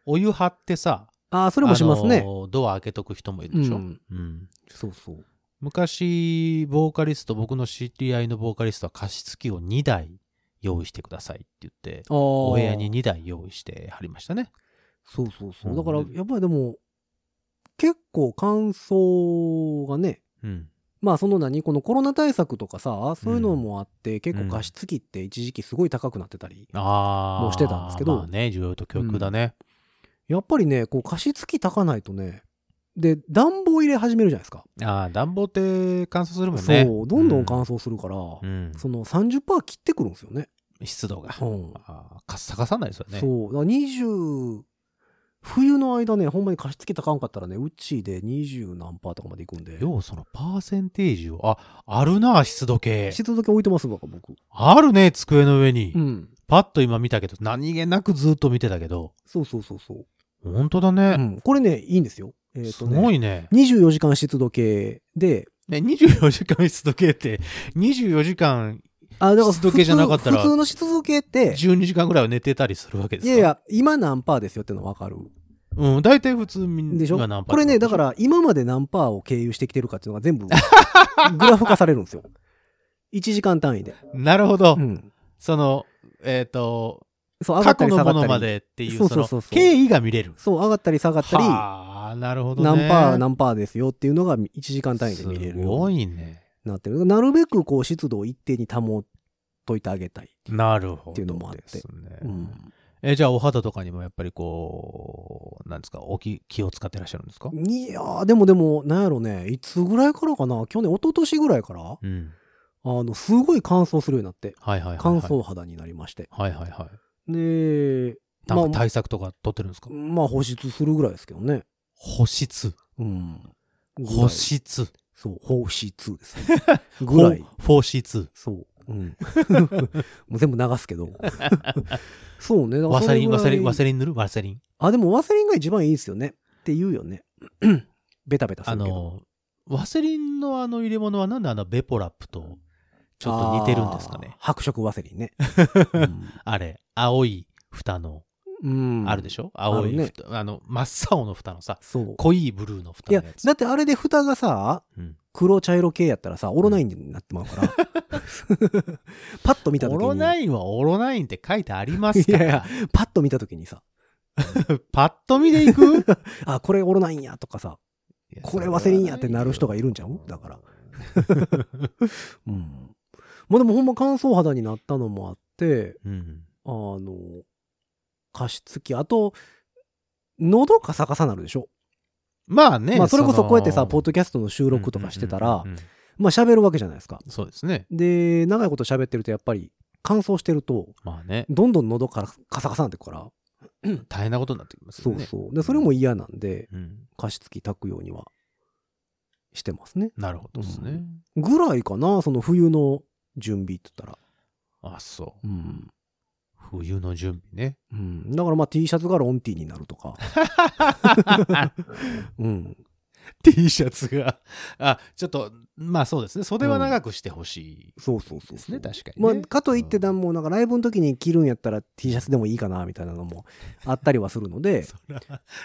うお湯張ってさ、あ、それもしますあね。のードア開けとく人もいるでしょ。うんうんそうそう。昔ボーカリスト僕の知り合いのボーカリストは加湿器を2台用意してくださいって言ってお部屋に2台用意してはりましたねそうそうそうう。んだから、やっぱりでも、結構感想がね、うんまあその何このコロナ対策とかさ、そういうのもあって、結構加湿器って一時期すごい高くなってたり、ああもうしてたんですけどまあね需要と供給だね、やっぱりね、こう加湿器炊かないとね、で、暖房入れ始めるじゃないですか。ああ暖房って乾燥するもんねそう、どんどん乾燥するから、うん、うんその30%切ってくるんですよね。湿度が、うんああカッサカサになりそうだねそう、だから20、冬の間ね、ほんまに加湿器炊かんかったらね、うちで20何パーとかまでいくんで、ようそのパーセンテージをああるな湿度計湿度だけ置いてますわ、僕。あるね机の上に、うん。パッと今見たけど何気なくずっと見てたけどそうそうそうそう。本当だね、うん、これね、いいんですよ。えーすとねごいね24時間湿度計で、ね24時間湿度計って24時間あ、だから湿度計じゃなかったら普通普通の湿度計って、 12時間ぐらいは寝てたりするわけですいかやいや、今何パーですよってのわかる。うん大体普通みんでしょ今何パーこれね、だから今まで何パーを経由してきてるかっていうのが 全部グラフ化されるんですよ。1時間単位で。なるほど、うん。そそのえっ、とそう、上が過った去り下のもがのっまたり。でっていうそうそそうそうそうの経緯が見れるそう、上がったり下がったり、はあなるほどね何パー何パーですよっていうのが1時間単位で見れるすよごうにいねなってる。なるべくこう湿度を一定に保っといてあげたい。なるほどっていうのもあってですねうんえじゃあお肌とかにもやっぱりこうなんですかおき気を使ってらっしゃるんですかいやーでもでもなんやろねいつぐらいからかな去年一昨年ぐらいからうんあのすごい乾燥するようになってはいはいはい、はい、乾燥肌になりまして、はいはいはいでまなあんか対策とか取ってるんですか、まあ保湿するぐらいですけどね保湿うん保湿そう保湿です ねぐらい保湿そう、うん、 もう全部流すけ どそうねだからワそセれリンぐらいワセリンワセリン塗るワセリンあでもワセリンが一番いいですよねって言うよね ベタベタすあるけどのワセリンのあの入れ物はなんであのベポラップとちょっと似てるんですかねあー白色ワセリ ンね、あれ青い蓋のうんうんあるでしょ青いあるね蓋あの真っ青の蓋のさそう濃いブルーの蓋いのややつ、だってあれで蓋がさ、うん黒茶色系やったらさ、オロナインになってまうから。 パッと見た時オに。ロナイインはオロナインって書いてありますからいやいやパッと見た時にさ、パッと 見でいくあ、これオロナインやとかさ、これワセリンやってなる人がいるんちゃうだから。 うん。まあでもほんま乾燥肌になったのもあって、うんあの、加湿器、あと、喉カサカサなるでしょ、まあね、まあそれこそこうやってさ、のポッドキャストの収録とかしてたら、うんうんうんうんまあ喋るわけじゃないですか。そうですねで、長いこと喋ってるとやっぱり乾燥してると、まあねどんどん喉からカサカサになってくから、大変なことになってきますそようねそう。で、それも嫌なんで、うん加湿器炊くようにはしてますね。なるほどですね、うぐらいかな、その冬の準備って言ったら。あそううん。冬の準備ね うん、だからまあ T シャツがロンティーになるとか。うん。 T シャツがあちょっとまあそうですね袖は長くしてほしいそうそうそうそう。ですね、確かにまね、あ、かといってだ、もうなんかライブの時に着るんやったら T シャツでもいいかなみたいなのもあったりはするので。 そら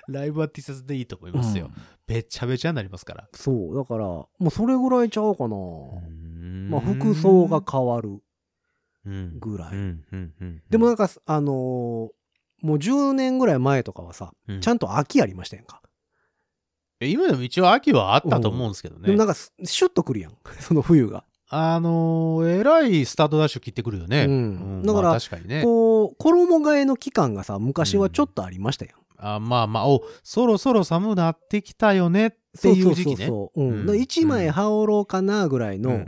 ライブは T シャツでいいと思いますよ、うんべちゃべちゃになりますからそう、だから、もうそれぐらいちゃうかな。ままあ、服装が変わるぐらい。でもなんか、あのーもう10年ぐらい前とかはさ、ちゃんんと秋ありましたやんか。今でも一応秋はあったと思うんですけどでねもなんかす、シュッとくるやん。 その冬が。あのーえらいスタートダッシュ切ってくるよね、うんうだからまあ確かにねこう、衣替えの期間がさ、昔はちょっとありましたやん。あまあまあおそろそろ寒なってきたよねってそういう時期ねそうそうそう。う。うんんだから一枚羽織ろうかなぐらいの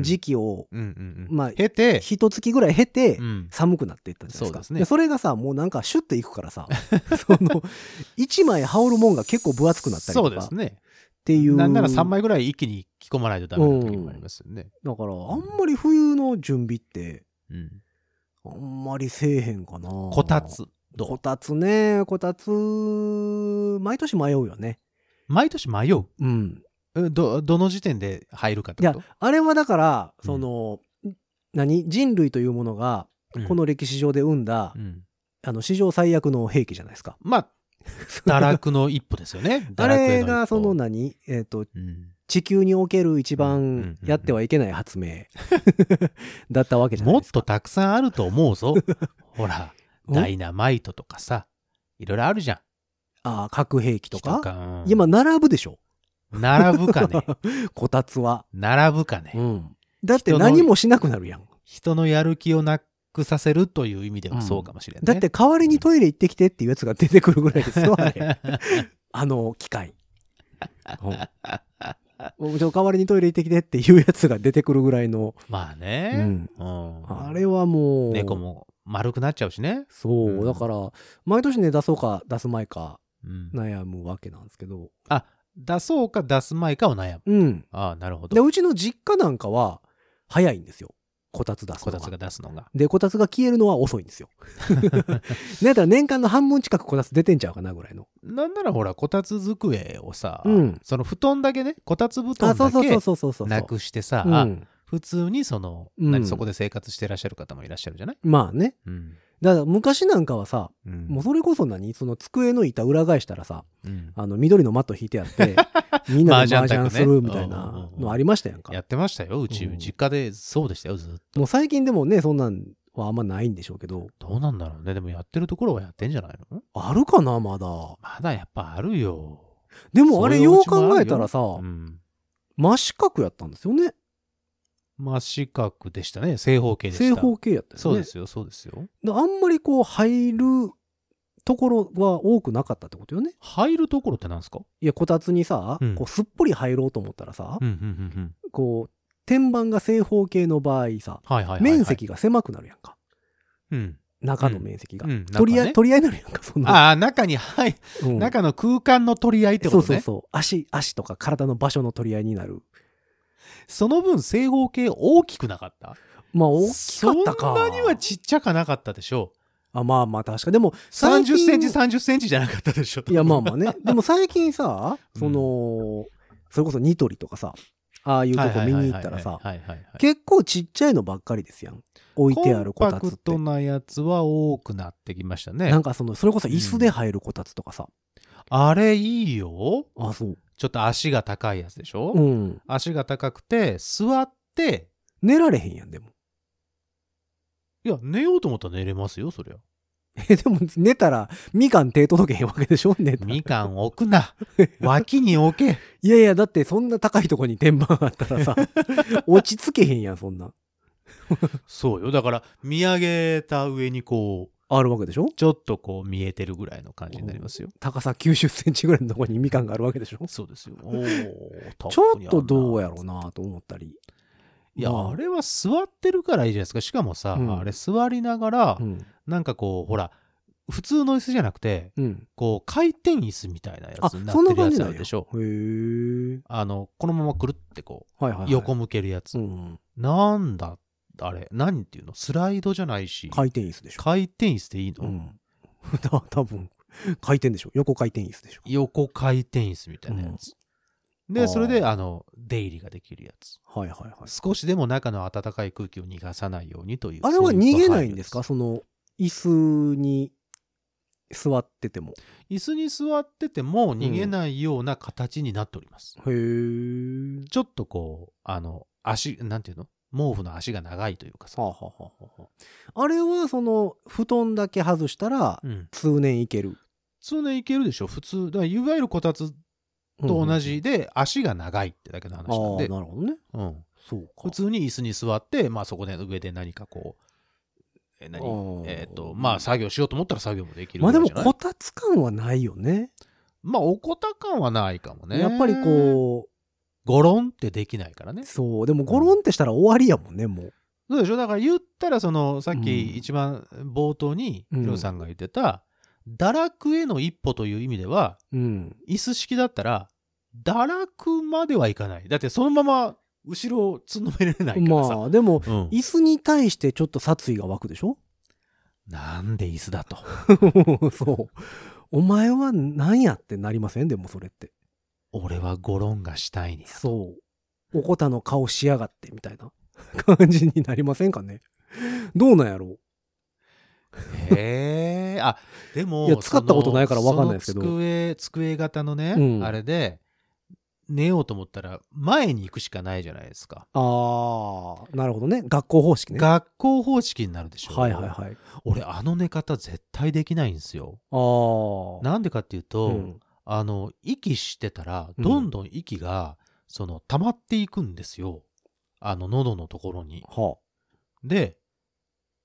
時期期を、ままああ経て、一月ぐらい経てう、ん寒くなっていったじゃないですそうか。ですねそれがさ、もうなんかシュッていくからさ、 その、一枚羽織るもんが結構分厚くなったりそうとでかっすねていう。なんなら3枚ぐらい一気に着込まないとダメな時もありますよね、だから、あんまり冬の準備って、うんあんまりせえへんかな。こた。つどうこたつね、こたつ、毎年迷うよね。毎年迷ううん。えどどの時点で入るかってことあれはだから、うんその、何人類というものが、うんこの歴史上で生んだ、うんあの、史上最悪の兵器じゃないですか。 まあ堕落の一歩ですよねあれが、堕落へその一歩何えっ、と、うん地球における一うんうんうん番やってはいけない発明 だったわけじゃないもっですか。とたくさんあると思 うぞ。ほら、んダイナマイトとかさ、いろいろあるじゃん。ああ核兵器と木か。うん今、並ぶでしょ。並ぶ かね。こたつは。並ぶかね。うん。だって人の何もしなくなるやん。人のやる気をなくさせるという意味ではそうかもしれない、だって、代わりにトイレ行ってきてっていうやつが出てくるぐらいですよ、あ れ。あの機械。うんちょ代わりにトイレ行ってきてっていうやつが出てくるぐらいの。 まあうね、ん。うんあれはもう。猫も丸くなっちゃうしね。そう、うんだから毎年ね出そうか出す前かうん悩むわけなんですけどあ出そうか出す前かを悩む。うんああ、なるほでど。うちの実家なんかは早いんですよこたつ出すこのたがつが出すのが。でこたつが消えるのは遅いん ですよなんやったら年間の半分近くこたつ出てんちゃうかなぐらいのなんならほら、こたつ机をさ、うんその布団だけね、こたつ布あ団そうだそうそけうそうそうそうなくしてさ、うあん、普通にその、うん何そこで生活してらっしゃる方もいらっしゃるじゃない、まあねうんだから昔なんかはさうんもうそれこそ何その机の板裏返したらさうんあの緑のマット引いてあって みんなで麻麻雀雀卓ねするみたいなのありましたやんかやってましたよ、うち、うん実家でそうでしたよ、ずっと。もう最近でもねそんなんはあんまないんでしょうけどどうなんだろうね。でもやってるところはやってんじゃないのあるかなまだ。まだやっぱあるよ。でもあれそういうおよう家もあ考るよえたらさ、うん。真四角やったんですよね。まあ、四角でしたね。正方形でした。正方形やったよね。そうですよ、そうですよ。であんまりこう入るところは多くなかったってことよね。入るところってなんですかいや、こたつにさ、うんこうすっぽり入ろうと思ったらさ、うんうんうんうん。こう、天板が正方形の場合さ、はいはいはい、はい。面。積が狭くなるやんか。うん。中の面積が。うん、取り合い、中ね取り合いになるやんか、そんな。ああ、中に、はい。うん中の空間の取り合いってことそうそね。うそう。足、足とか体の場所の取り合いになる。その分、正方形大きくなかったまあ、大きかったか。そんなにはちっちゃかなかったでしょあまあまあ、確か。でも、う。30センチ、最近30センチじゃなかったでしょいやまあまあ ね。でも最近さ、うんその、それこそニトリとかさ、ああいうとこ見に行ったらさ、はいはいはいはい結構ちっちゃいのばっかりですやん。置いてあるこたコつっンパクてト。なやつは多くなってきましたねなんかその、それこそ椅子で入るこたつとかさ。あれいいよあ、そう。ちょっと足が高いやつでしょ、うん。足が高くて座って寝られへんやん、でも。いや寝ようと思ったら寝れますよそりゃえ、でも寝たら、みかん手届けへんわけでしょ寝たら。みかん置くな脇に置けいやいや、だってそんな高いとこに天板あったら さ、落ち着けへんやん、そんな。そうよだから見上げた上にこうあるわけでしょちょっとこう見えてるぐらいの感じになりますよ高さ90センチぐらいのとこにみかんがあるわけでしょそうですよお ーちょっとどうやろうななと思ったり。いや、まああれは座ってるからいいじゃないですか。しかもさ、うんあれ座りながら、うん。なんかこう、ほら、普通の椅子じゃなくて、うん。こう、回転椅子みたいなやあ、つになそんっなてるや感つじあなんるやでしょ。へえ。あの、このままくるってこはいはい、はう、い。横向けるやつ。うん。なんだ、あれ、何っていうのスライドじゃないし、回転椅子でしょ。回転椅子でいいの、うん。た多分回転でしょ。横回転椅子でしょ。横回転椅子みたいなやつ。あで、ーそれで、あの、出入りができるやつ。はいはいはい。少しでも中の暖かい空気を逃がさないようにという。あれはそうう逃げないんです配か慮その、椅子に座ってても。椅子に座ってても逃げないような形になっております、へえ。ちょっとこうあの足なんていうの毛布の足が長いというかさ、はあ、はあはあはあ、あれはその、布団だけ外したらう、ん、通年いける。通年いけるでしょ普通だからいわゆるこたつと同じで足が長いってだけの話うんなんうん。あであ、、なるほどね。うん、そうか。普通に椅子に座って、まあ、そこで上で何かこうえあー何えっ、とまあ作業しようと思ったら作業もできるまあでも、ぐらいじゃないこたつ感はないよね。まあおこた感はないかもねやっぱりこゴロンってできないからねう、そう、でもゴロンってしたら終わりやもんね、もう。そうでしょだから言ったらそのさっうんき一番冒頭にうんヒロさんが言ってた、堕落への一歩という意味ではうん。椅子式だったら堕落まではいかないだってそのまま後ろをつんのめられないからさ、まあ、でも、うん椅子に対してちょっと殺意が湧くでしょ なんで椅子だとそう。お前は何やってなりませんでもそれって。俺はゴロンがしたいにそう。おこたの顔しやがってみたいな感じになりませんかねどうなんやろへえあでもいや使ったことないからわかんないですけどその机机型のね、うんあれで寝ようと思ったら前に行くしかないじゃないですか。ああ、なるほどね。学校方式ね。学校方式になるでしょ。はいはいはい。俺あの寝方絶対できないんですよ。ああ。なんでかっていうと、うんあの息してたらうんどんどん息が、その溜まっていくんですよ。あの喉のところに。はで、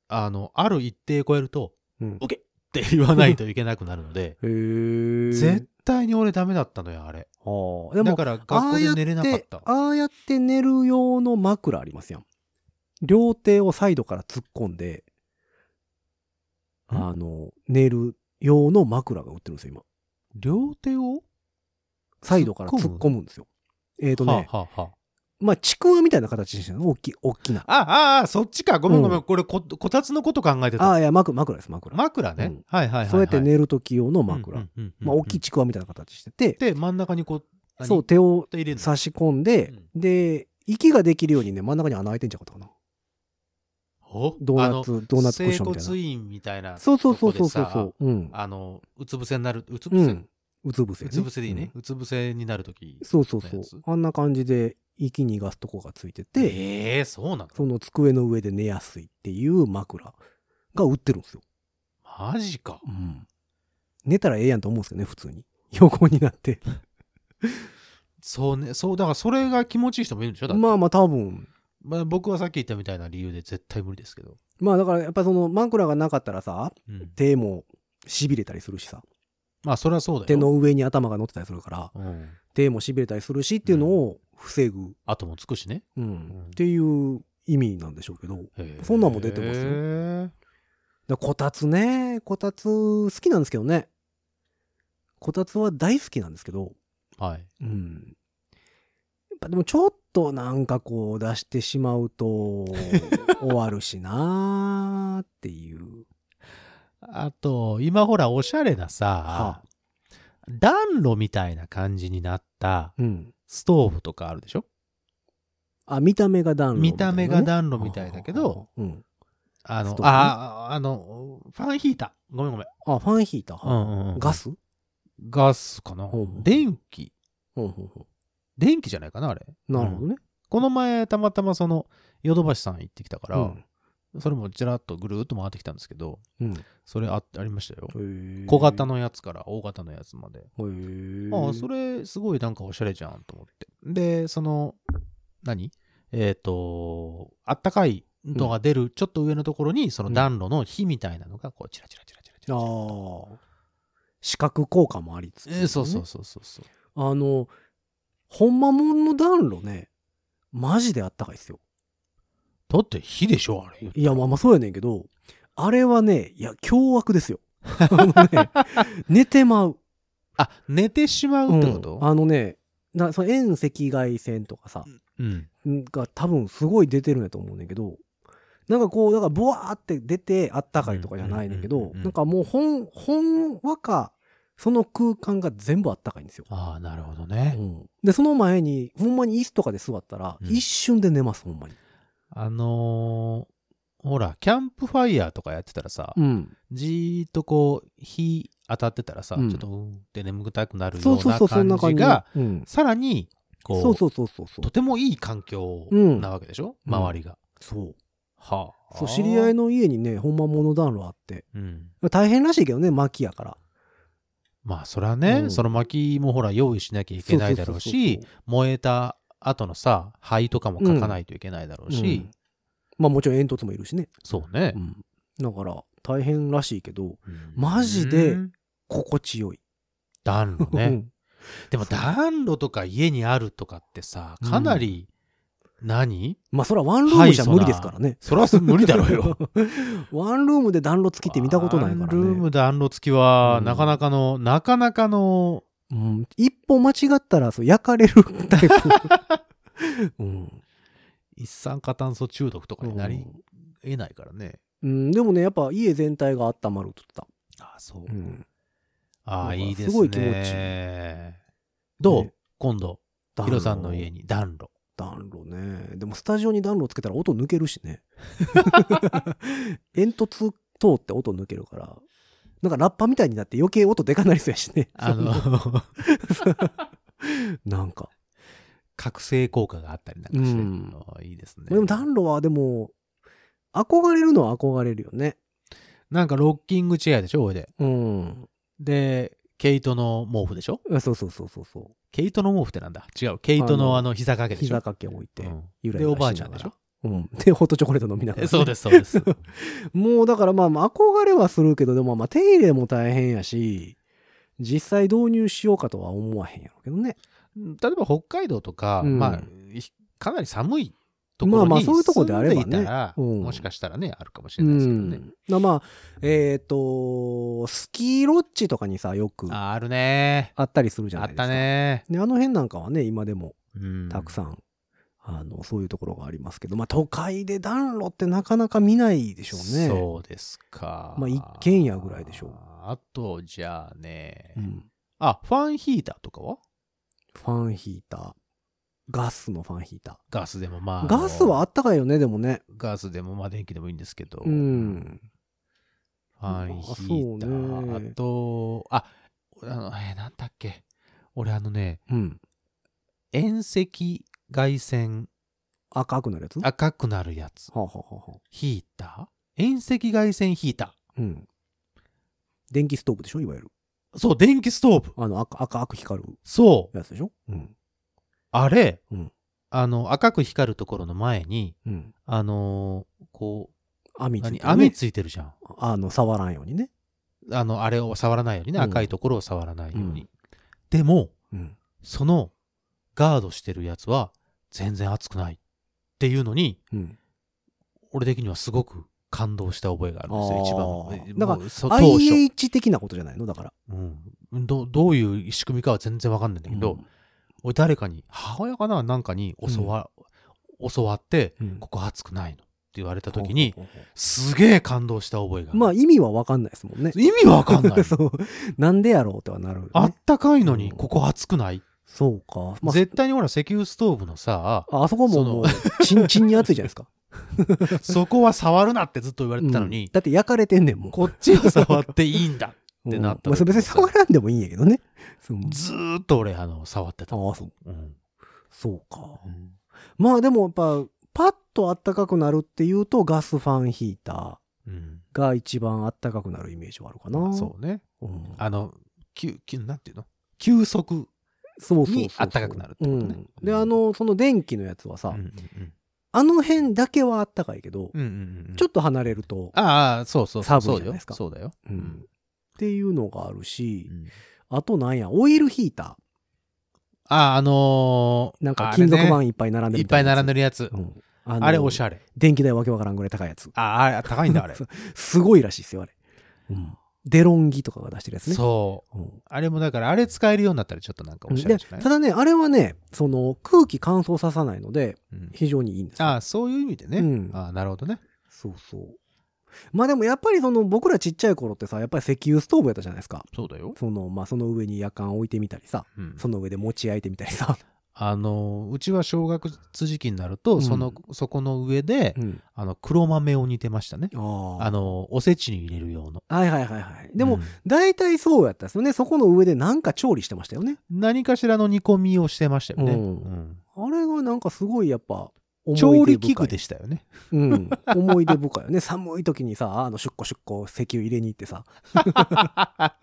あのある一定超えるとあ。うん「オケって言わないといけなくなるのでへえ。絶対に俺ダメだったのよあれ。はあ。でだも、からあ学校あやでっ寝れなかってた、。ああやって寝る用の枕ありますやん。両手をサイドから突っ込んで、んあの、寝る用の枕が売ってるんですよ、今。両手をサイドから突っ込むんですよ。えっ、とね、はあはあはあまあ、ちくわみたいな形にしてるの大きい、大きな。あああ、そっちか。ごめんごめん。うんこれこ、こたつのこと考えてあた。あ、いや、枕枕です、枕。枕ね、うんはいはいはいはい。そうやって寝る時用のうんうんうんうん、枕。まあ、大きいちくわみたいな形してて、で、真ん中にこう、そう、何手を入れるの差し込んで、で、息ができるようにね、真ん中に穴開いてんちゃうかったかな。おドーナツ、ドーナツクッションみ整たい骨院みたいな。な。そうそうそうそうとこでさそう。うん。あの、うつ伏せになる、うつ伏うせ、ん。うつ伏せ、うつ伏せでいいね、うつ伏せになるときうん。そうそうそのうやつ。あんな感じで、息逃がすとこがついてて、ええそうなのその机の上で寝やすいっていう枕が売ってるんですよ。マジか。うん。寝たらええやんと思うんですけどね、普通に。 横になって。そうね、そう、だからそれが気持ちいい人もいるんでしょだって、まあまあ多分。まあ、僕はさっき言ったみたいな理由で絶対無理ですけど。まあだからやっぱその枕がなかったらさ、うん、手も痺れたりするしさ。まあ、それはそうだよ。手の上に頭が乗ってたりするから、うん。手も痺れたりするしっていうのを防ぐ、後もつくしね。うんんっていう意味なんでしょうけど。へえそんなんも出てますよへえだこたつね、こたつ好きなんですけどね。こたつは大好きなんですけど、はい。うん。やっぱでもちょっとなんかこう出してしまう と終わるしなーっていう。あと、今ほら、おしゃれなさ、はあ暖炉みたいな感じになったうん。ストーブとかあるでしょあ、見た目が暖炉み見たいなたね、目が暖炉みたいだけど、はあ。はあはあうん。あスのトー、ブねあ、あの、ファンヒーター。ごめんごめあ、ん。ファンヒーター。はあうんうんうんガスガスかなほうほう電気ほうほうほ電気じゃないかなあれ。うなるほどね。この前、たまたまその、ヨドバシさん行ってきたかうらん、それもちらっとぐるーっと回ってきたんですけど、うんそれあありましたよ。へー小型。のやつから大型のやつまで。へーああ、それすごいなんかおしゃれじゃんと思って。で、その、何えっ、と、あったかいのが出るちょっと上のところに、その暖炉の火みたいなのが、こう、チラチラチラチラチあラ。あ。視覚効果もありつつ、えーそうそう。そうそうそう。あの、ほんまもんの暖炉ね、マジであったかいっすよ。だって火でしょ、あれ。いや、まあまあそうやねんけど、あれはね、いや、凶悪ですよ。 あのね、寝てまう。あ、寝てしまうってこうと、んあのね、なその遠赤外線とかさ、うんが多分すごい出てるんやと思うねんけど、なんかこう、だからブワーって出てあったかいとかじゃないねんけうんうんどう、んうんなんかもうほん、ほんわか、その空間が全部あったかいんですよ。ああ、なるほどね。うんで、その前に、ほんまに椅子とかで座ったら、うん一瞬で寝ます、ほんまに。あのーほら、キャンプファイヤーとかやってたらさ、うん。じーっとこう、火当たってたらさ、うんちょっとうんって眠たくなるよそううそうなそう、そんな感じ感じ。うが、ん。さらに、こう、そうそうそうそう。とてもいい環境うんなわけでしょ、うん周りが。そう。はあ。そう、知り合いの家にね、ほんま物暖炉あって。うん。大変らしいけどね、薪やから。まあ、それはね、うんその薪もほら、用意しなきゃいけないだろうしそ、そ燃えた後のさ、灰とかも書かないといけないだろうそうそう、し、うんまあもちろん煙突もいるしね。そうねう。ん。だから、大変らしいけど、うんマジでうん心地よい。暖炉うね。んでも暖炉とか家にあるとかってさ、かなり、何まあそらワンルームじゃ無理ですからね。それは 無理だろ うよ。。ワンルームで暖炉付きって見たことないからね。ワンルーム暖炉付きは、うんなかなかの、なかなかの、うん、一歩間違ったらそう焼かれるタイ プ、うん一酸化炭素中毒とかになり得ないからね。うん、でもねやっぱ家全体が温まると言っああ、そうてた、。うんあなあ、んかいいですね。すごい気持ちいいどう、ね今度、暖ヒ炉ロさんの家に暖炉。暖炉ねでもスタジオに暖炉つけたら音抜けるし ね煙突通って音抜けるからなんかラッパみたいになって余計音でかなりそうやしねあの、 なんか 覚醒効果があったりなんかして、うんあーいいですね。でも暖炉はでも、憧れるのは憧れるよね。なんかロッキングチェアでしょ、これで。うん。で、毛糸の毛布でしょあそうそうそうそうそう。毛糸の毛布ってなんだ違う。毛糸のああの膝掛けでしょ膝掛け置いて、うんゆらで、ゆらしながらおばあちゃんでしょうん。で、ホットチョコレート飲みながえら。 そうです、そうです。もうだからまあまあ憧れはするけど、でもまあ手入れも大変やし、実際導入しようかとは思わへんやろうけどね。例えば北海道とか、うんまあ、ひかなり寒いとこまろあまあにそういうと住こんであれでばねいたら、うんもしかしたらね、あるかもしうれないですけどね。ん。だまあ、えっ、と、スキーロッジとかにさ、よくあああるねったりするじゃあないっですか。た。ねで、あの辺なんかはね、今でもたくん。さん、あの、そういうところがありますけど、まあ都会で暖炉ってなかなか見ないでしょうね。そうですか。まあ一軒家ぐらいでしょうあと、じゃあね、うん。あ、ファンヒーターとかはファンヒーター。ガスのファンヒータガスでもまあ。ー。ガスはああのったかいよね、でもね。ガスでもまあ電気でもいいんですけど。う。ん。ファンヒータあそうー。あ,、ねと、あ、あの、えーなんだっけ。俺あのね、うん。遠赤外線赤くなるやつは赤くなるやつ。あ、はあはあはあ、ヒーター遠赤外線ヒータうん。電気ストーブでしょいわゆる。ー。そう、電気ストーブ。あの赤、赤く光るそう。やつでしょうん。あれ、うんあの、赤く光るところの前に、うん。あのーこう、網ついて何る、ね、網ついてるじゃん。あの、触らんようにね。あの、あれを触らないようにね、うん赤いところを触らないように。うんでも、うん。その、ガードしてるやつは、全然熱くない。っていうのに、うん。俺的にはすごく感動した覚えがあるんですよ、あー一番え。だからもうそ当初、 IH 的なことじゃないのだから。うんど。どういう仕組みかは全然わかんないんだけど、うん俺誰かに、母親かななんかに教わ、教わって、うんここ熱くないのって言われた時に、ほうほうほうほすげえ感動した覚えがあうる。まあ意味はわかんないですもんね。。意味わかんない そう。なんでやろうってはなるよね、あったかいのに、ここ熱くない、そうか。まあ、絶対にほら、石油ストーブ のさ、ああそこももう、 チンチンに熱いじゃないですか。そこは触るなってずっと言われてたのうんに、だって焼かれてんねんもん。こっちを触っていいんだ。てなったうんまあ、別に触らんでもいいんやけどね。そうずーっと俺、あの、触ってた。ああ、そう。うんそうか。まあでもやっぱ、パッと暖かくなるっていうと、ガスファンヒータうんーが一番暖かくなるイメージはあるかな。そうね。うん。あの、急、急、なんていうの急速。そうそうそうに暖かくなるってことうねんで、あの、その電気のやつはさ、うんうんあの辺だけは暖かいけど、うんうんうんうんちょっと離れると、ああ、そうそうそう。寒そいうじゃないよですかそうだよ。ううんっていうのがあるし、んあとなんや、オイルヒータああ、あのーー。なんか金属あれ板いっぱい並んねでいっぱい並んでるるやつみたいなやつ。うんあのあれおしゃれ。電気代わけわからんぐらい高いやつ。ああ、あれ高いん だ、あれそ。うすごいらしいですよ、あれ。うんデロンギとかが出してるやつね。そう。うんあれもだから、あれ使えるようになったらちょっとなんかおしゃれでじゃないただね、あれはね、その空気乾燥させないので、うん非常にいいんですよああ、そういう意味でね。うんああ、なるほどね。そうそう。まあでもやっぱりその僕らちっちゃい頃ってさ、やっぱり石油ストーブやったじゃないですか。そうだよ。その、まあその上に夜間置いてみたりさ、うんその上で持ち焼いてみたりさ。あの、うちは小学時期になるうと、んその、そこの上で、うんあの、黒豆を煮てましたね。ああの、おせちに入れる用の。あ。はいはいはいはい。でも、うん大体そうやったんですよね。そこの上でなんか調理してましたよね。何かしらの煮込みをしてましたよね。うんうんあれがなんかすごいやっぱ、思い出深い調理器具でしたよね。うん。思い出深いよね。寒い時にさ、あの、出庫出庫、石油入れに行って さ。あ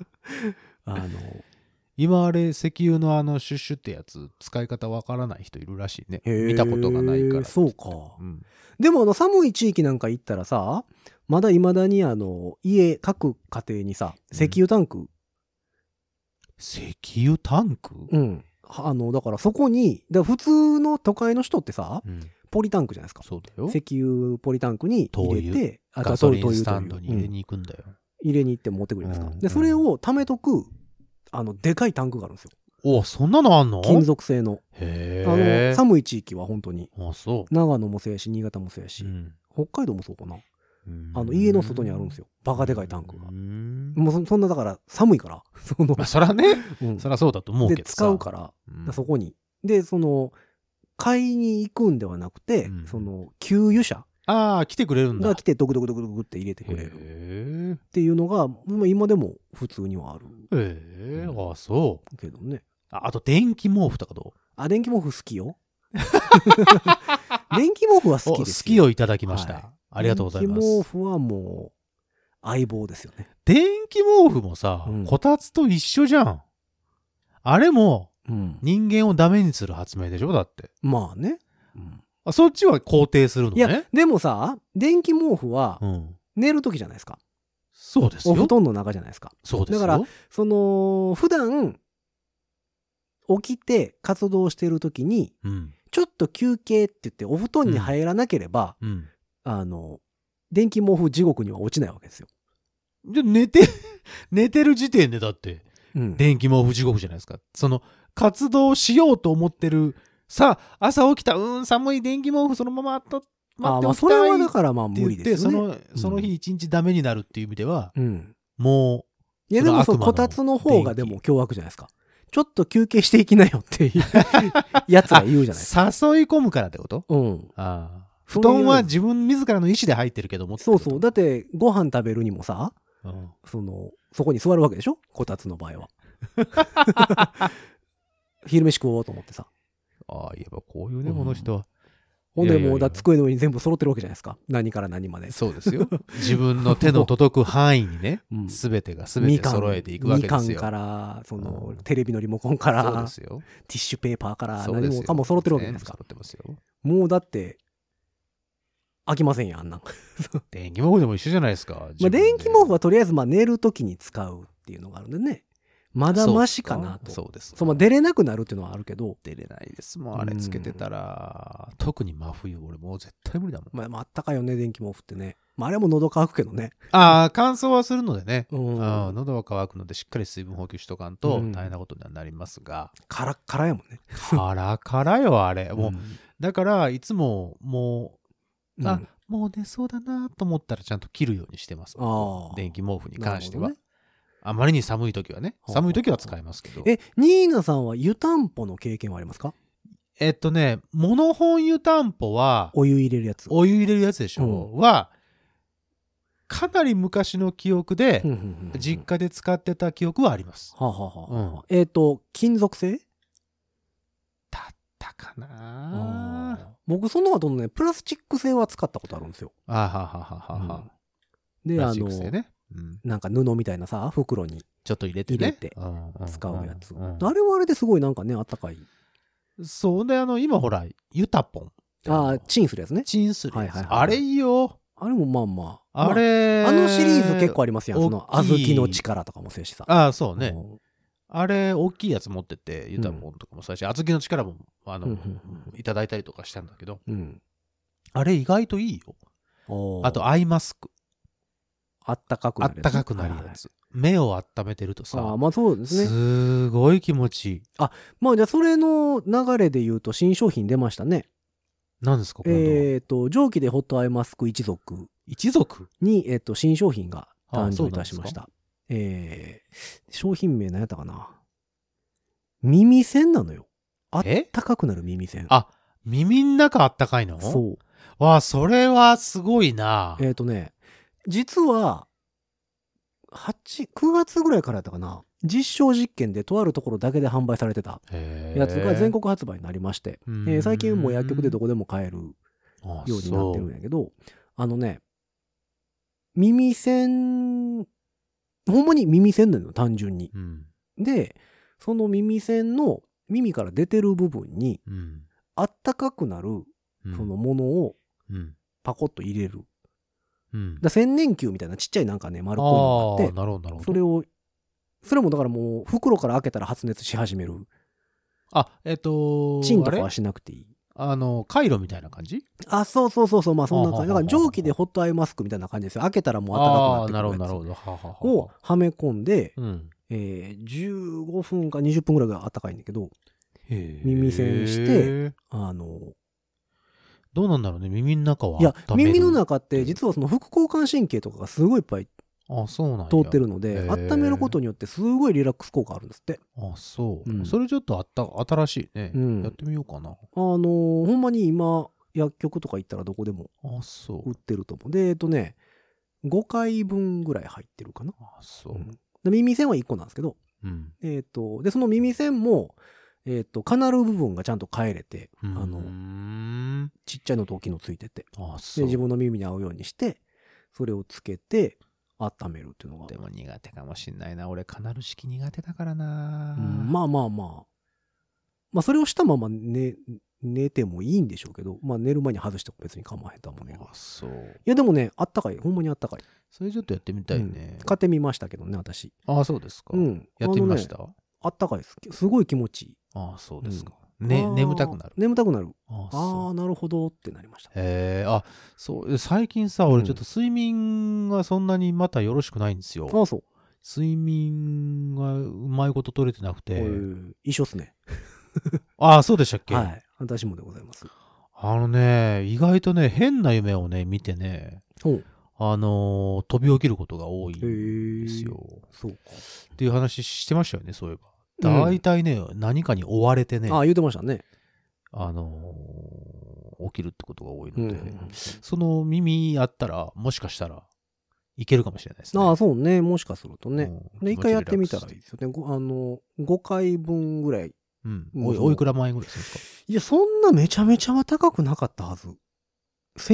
の、今あれ、石油のあの、シュッシュってやつ、使い方わからない人いるらしいね。へー見たことがないから。そうかうんでもあの、寒い地域なんか行ったらさ、まだ未だにあの、家、各家庭にさ、石油タンク、石油タンクうん。あの、だからそこに、だから普通の都会の人ってさ、うんポリタンクじゃないですか。そうだよ。石油ポリタンクに入れ灯て、あガとソはリンスタンド灯に油入灯油うんれに行くんだよ。入れに行って持ってくるじゃないですか。うんで、それを貯めとく、あの、でかいタンクがあるんですよ。おそんなのあんの金属製の。へあの、え。寒い地域は本当に。あ、そ長野もそうやし、新潟もそうやう。し、うん北海道もそうかな。あの、家の外にあるんですよ。バカでかいタンクがう。んもうそそんな、だから、寒いから、 そのまあ、、そらね、うんそらそうだと思うけで、どさ使うから、だかうんらそこに。で、その、買いに行くんではなくてうん、その、給油車ああ、来てくれるんだ。が来て、ドクドクドクドクって入れてくれる。へっていうのが、まあ今でも普通にはあるえ。へえ。ああ、そう。けどね。ああと、電気毛布とかど あ、電気毛布好きよ。電気毛布は好おき好ですきをいただきましはいた。ありがとうございま電す気。毛布はもう、相棒ですよね。電気毛布もさうん、こたつと一緒じゃん。あれもうん。人間をダメにする発明でしょだって。まあね。あそっちは肯定するのいやね、。でもさ、電気毛布はうん。寝る時じゃないですか。そうですおよ布。団の中じゃないですか。そうですよ。だからその、普段、起きて活動してる時に、うん。ちょっと休憩って言ってお布団に入らなければ、うん。あの、電気毛布地獄には落ちないわけですよ。じゃあ寝て、 寝てる時点でだって、うん電気毛布地獄じゃないですか。その、活動しようと思ってる、さあ、朝起きた、うーん、寒い電気毛布そのままあった、あ待あってまあおきそれたいはっだからまあて無言理っでて、すそよね。の、その日一日ダメになるっていう意味では、うん。もいやでもそそのの悪魔のこたつの方がで電気も凶悪じゃないですか。ちょっと休憩していきなよっていう やつが言うう、じゃないですか。誘い込むからってことうん。ああ。そ布れより団は自分自らの意思で入ってるけどもってそこうとそう。だってご飯食べるにもさ、うんその、そこに座るわけでしょこたつの場合は。 昼飯食おうと思ってさ。ああ、言えばこういうね、この人は。ほんでいやいやいやもうだ机の上に全部揃ってるわけじゃないですか。何から何まで。そうですよ。自分の手の届く範囲にねうん、すべてがすべて揃えていくわけですよ。みかんから、その、うんテレビのリモコンかそうらで、すよ。ティッシュペーパーから、そうで何すもよかも揃ってるわけじゃないですか全。部揃ってますよ。もうだって、飽きませんよ、あんなん。電気毛布でも一緒じゃないですか。まあ、自分で電気毛布はとりあえず、まあ、寝るときに使うっていうのがあるんでね。まだマシかなと。そうですか。そうまあ、出れなくなるっていうのはあるけど、出れないですもん、あれつけてたら。特に真冬、俺もう絶対無理だもん。まあ、まああったかいよね、電気毛布ってね。まあ、あれも喉乾くけどね。ああ、乾燥はするのでね。うん。ああ喉は乾くのでしっかり水分補給しとかんとうん大変なことにはなりますが、カラッカラやもんね。カラカラよあれもう、んだからいつももうんうあ、もう寝そうだなと思ったらちゃんと切るようにしてますああ電気毛布に関してなは、るあまりに寒い時はねほうほう寒い時は使いますけどほどねえ、ニーナさんは湯たんぽの経験はありますかえっとねモノ本湯たんぽはお湯入れるやつ。お湯入れるやつでしょ、はかなり昔の記憶でうんうんうんうん実家で使ってた記憶はあります、はあ、はあはあうん、えっ、と、金属製だったかなあー僕、その後のね、プラスチック製は使ったことあるんですよ。あはははははは。プで、ラあスチック製の、ね。うんなんか布みたいなさ、袋にちょっと入れて入れねて。うんん使うやつ。んあれはあれですごいなんかね、あったかい。そうで、あの、今ほら、ユタポン。ああ、チンするやつね。チンするやはいつ。はいはいあれいいよ。あれもまあまあ。あれ、まああのシリーズ結構ありますやん。その、大き小い豆の力とかもそうやしさ。ああ、そううね。んあれ、大きいやつ持ってて、ユタポンとかもそうだし、厚木の力も、あうんうの、んいただいたりとかしたんだけど、うん。あれ意外といいよ。おーあ、と、アイマスク。あったかくなあっるやつたかくなるやつ。目を温めてるとはいはいああ、さ、まあそうですね。すごい気持ちいい。まあじゃあ、それの流れで言うと、新商品出ましたね。何ですか、これ。えっと、蒸気でホットアイマスク一族一族に、えっと、新商品が誕あそう生いなんたですしかました。えー、商品名何やったかな耳栓なのよ。あっえたかくなる耳栓。あ、耳の中あったかいのそう。わあ、それはすごいな。えっ、とね、実は、8、9月ぐらいからやったかな実証実験でとあるところだけで販売されてたやつが全国発売になりまして、えー最近もう薬局でどここでも買えるよようになってるんやけど、あのね、耳栓、ほんまに耳栓なのよ、単純に。うん。で、その耳栓の耳から出てる部分に、うん。あったかくなる、うんその、ものをうん。パコッと入れる。うん。だから千年球みたいなちっちゃいなんかね、丸っこいのがああっあ、なるほど、なるて、ほど。それを、それもだからもう袋から開けたら発熱し始める。あ、えっと、チンとかあはれしなくていい。あの、回路みたいな感じあ、そうそうそうそう、まあそんな感じ。だはあはあはあから蒸気でホットアイマスクみたいな感じですよ。開けたらもうあ暖あー、かくななるっほてど、くなるるやほど。はあはあはつあをはめ込んで、うん。えー15分か20分ぐらいが暖かいんだけど、耳耳栓して。あの、どうなんだろうね、耳の中は。いや、温める耳の。中って実はその副交感神経とかがすごいいっぱいあ、そうなんや通ってる。のでへ、ー温めることによってすごいリラックス効果あるんですって。あ、そうう。んそれちょっとあった、新しいねうん。やってみようかな。あのーほんまに今、薬局とか行ったらどこでもあ、そう売っ。てると思う。で、えっとね、5回分ぐらい入ってるかな。あ、そうう。んで耳栓は1個なんですけど、うん。えっ、と、で、その耳栓も、えっ、と、カナル部分がちゃんと変えれて、ああの、の、ちっちゃいのと大きいのついてて、あ、で、そう。自分の耳に合うようにして、それをつけて、温めるっていうのがで。も苦手かもしんないな。俺、カナル式苦手だからな。うんまあまあまあ。まあ、それをしたまま寝、寝てもいいんでしょうけど、まあ、寝る前に外しても別に構わへんとは思うねんけど。いあ、そう。や、でもね、あったかい。ほんまにあったかい。それちょっとやってみたいねうん。買ってみましたけどね、私。ああ、そうですかう。ん。やってみましあのねあた。ったかいです。すごい気持ちいい。ああ、そうですか。うんねあ、ー眠たくなる。眠たくなる。ああ、あそあ、う。なるほどってなりました。へえ、あ、そう、最近さ、俺ちょっと睡眠がそんなにまたよろしくないんですよ。ああ、そう。睡眠がうまいこと取れてなくて。こういう一緒っすね。ああ、そうでしたっけ、はい。私もでございます。あのね、意外とね、変な夢をね、見てね、ほう。あのー飛び起きることが多いへんえ。ですよ。。そうか。っていう話してましたよね、そういえば。うん大体ね、何かに追われてね、ああ、あ言うてましたね。のー起きるってことが多いのうんで、その耳あったら、もしかしたらいけるかもしれないですね。ああ、そうね。もしかするとうね。んで、一回やってみたらいい気持ちリラックスしですよね。ごあの、5回分ぐらい。うん。うんおいおいくら前ぐらいするんですいや、そんなめちゃめちゃは高くなかったはず。1000か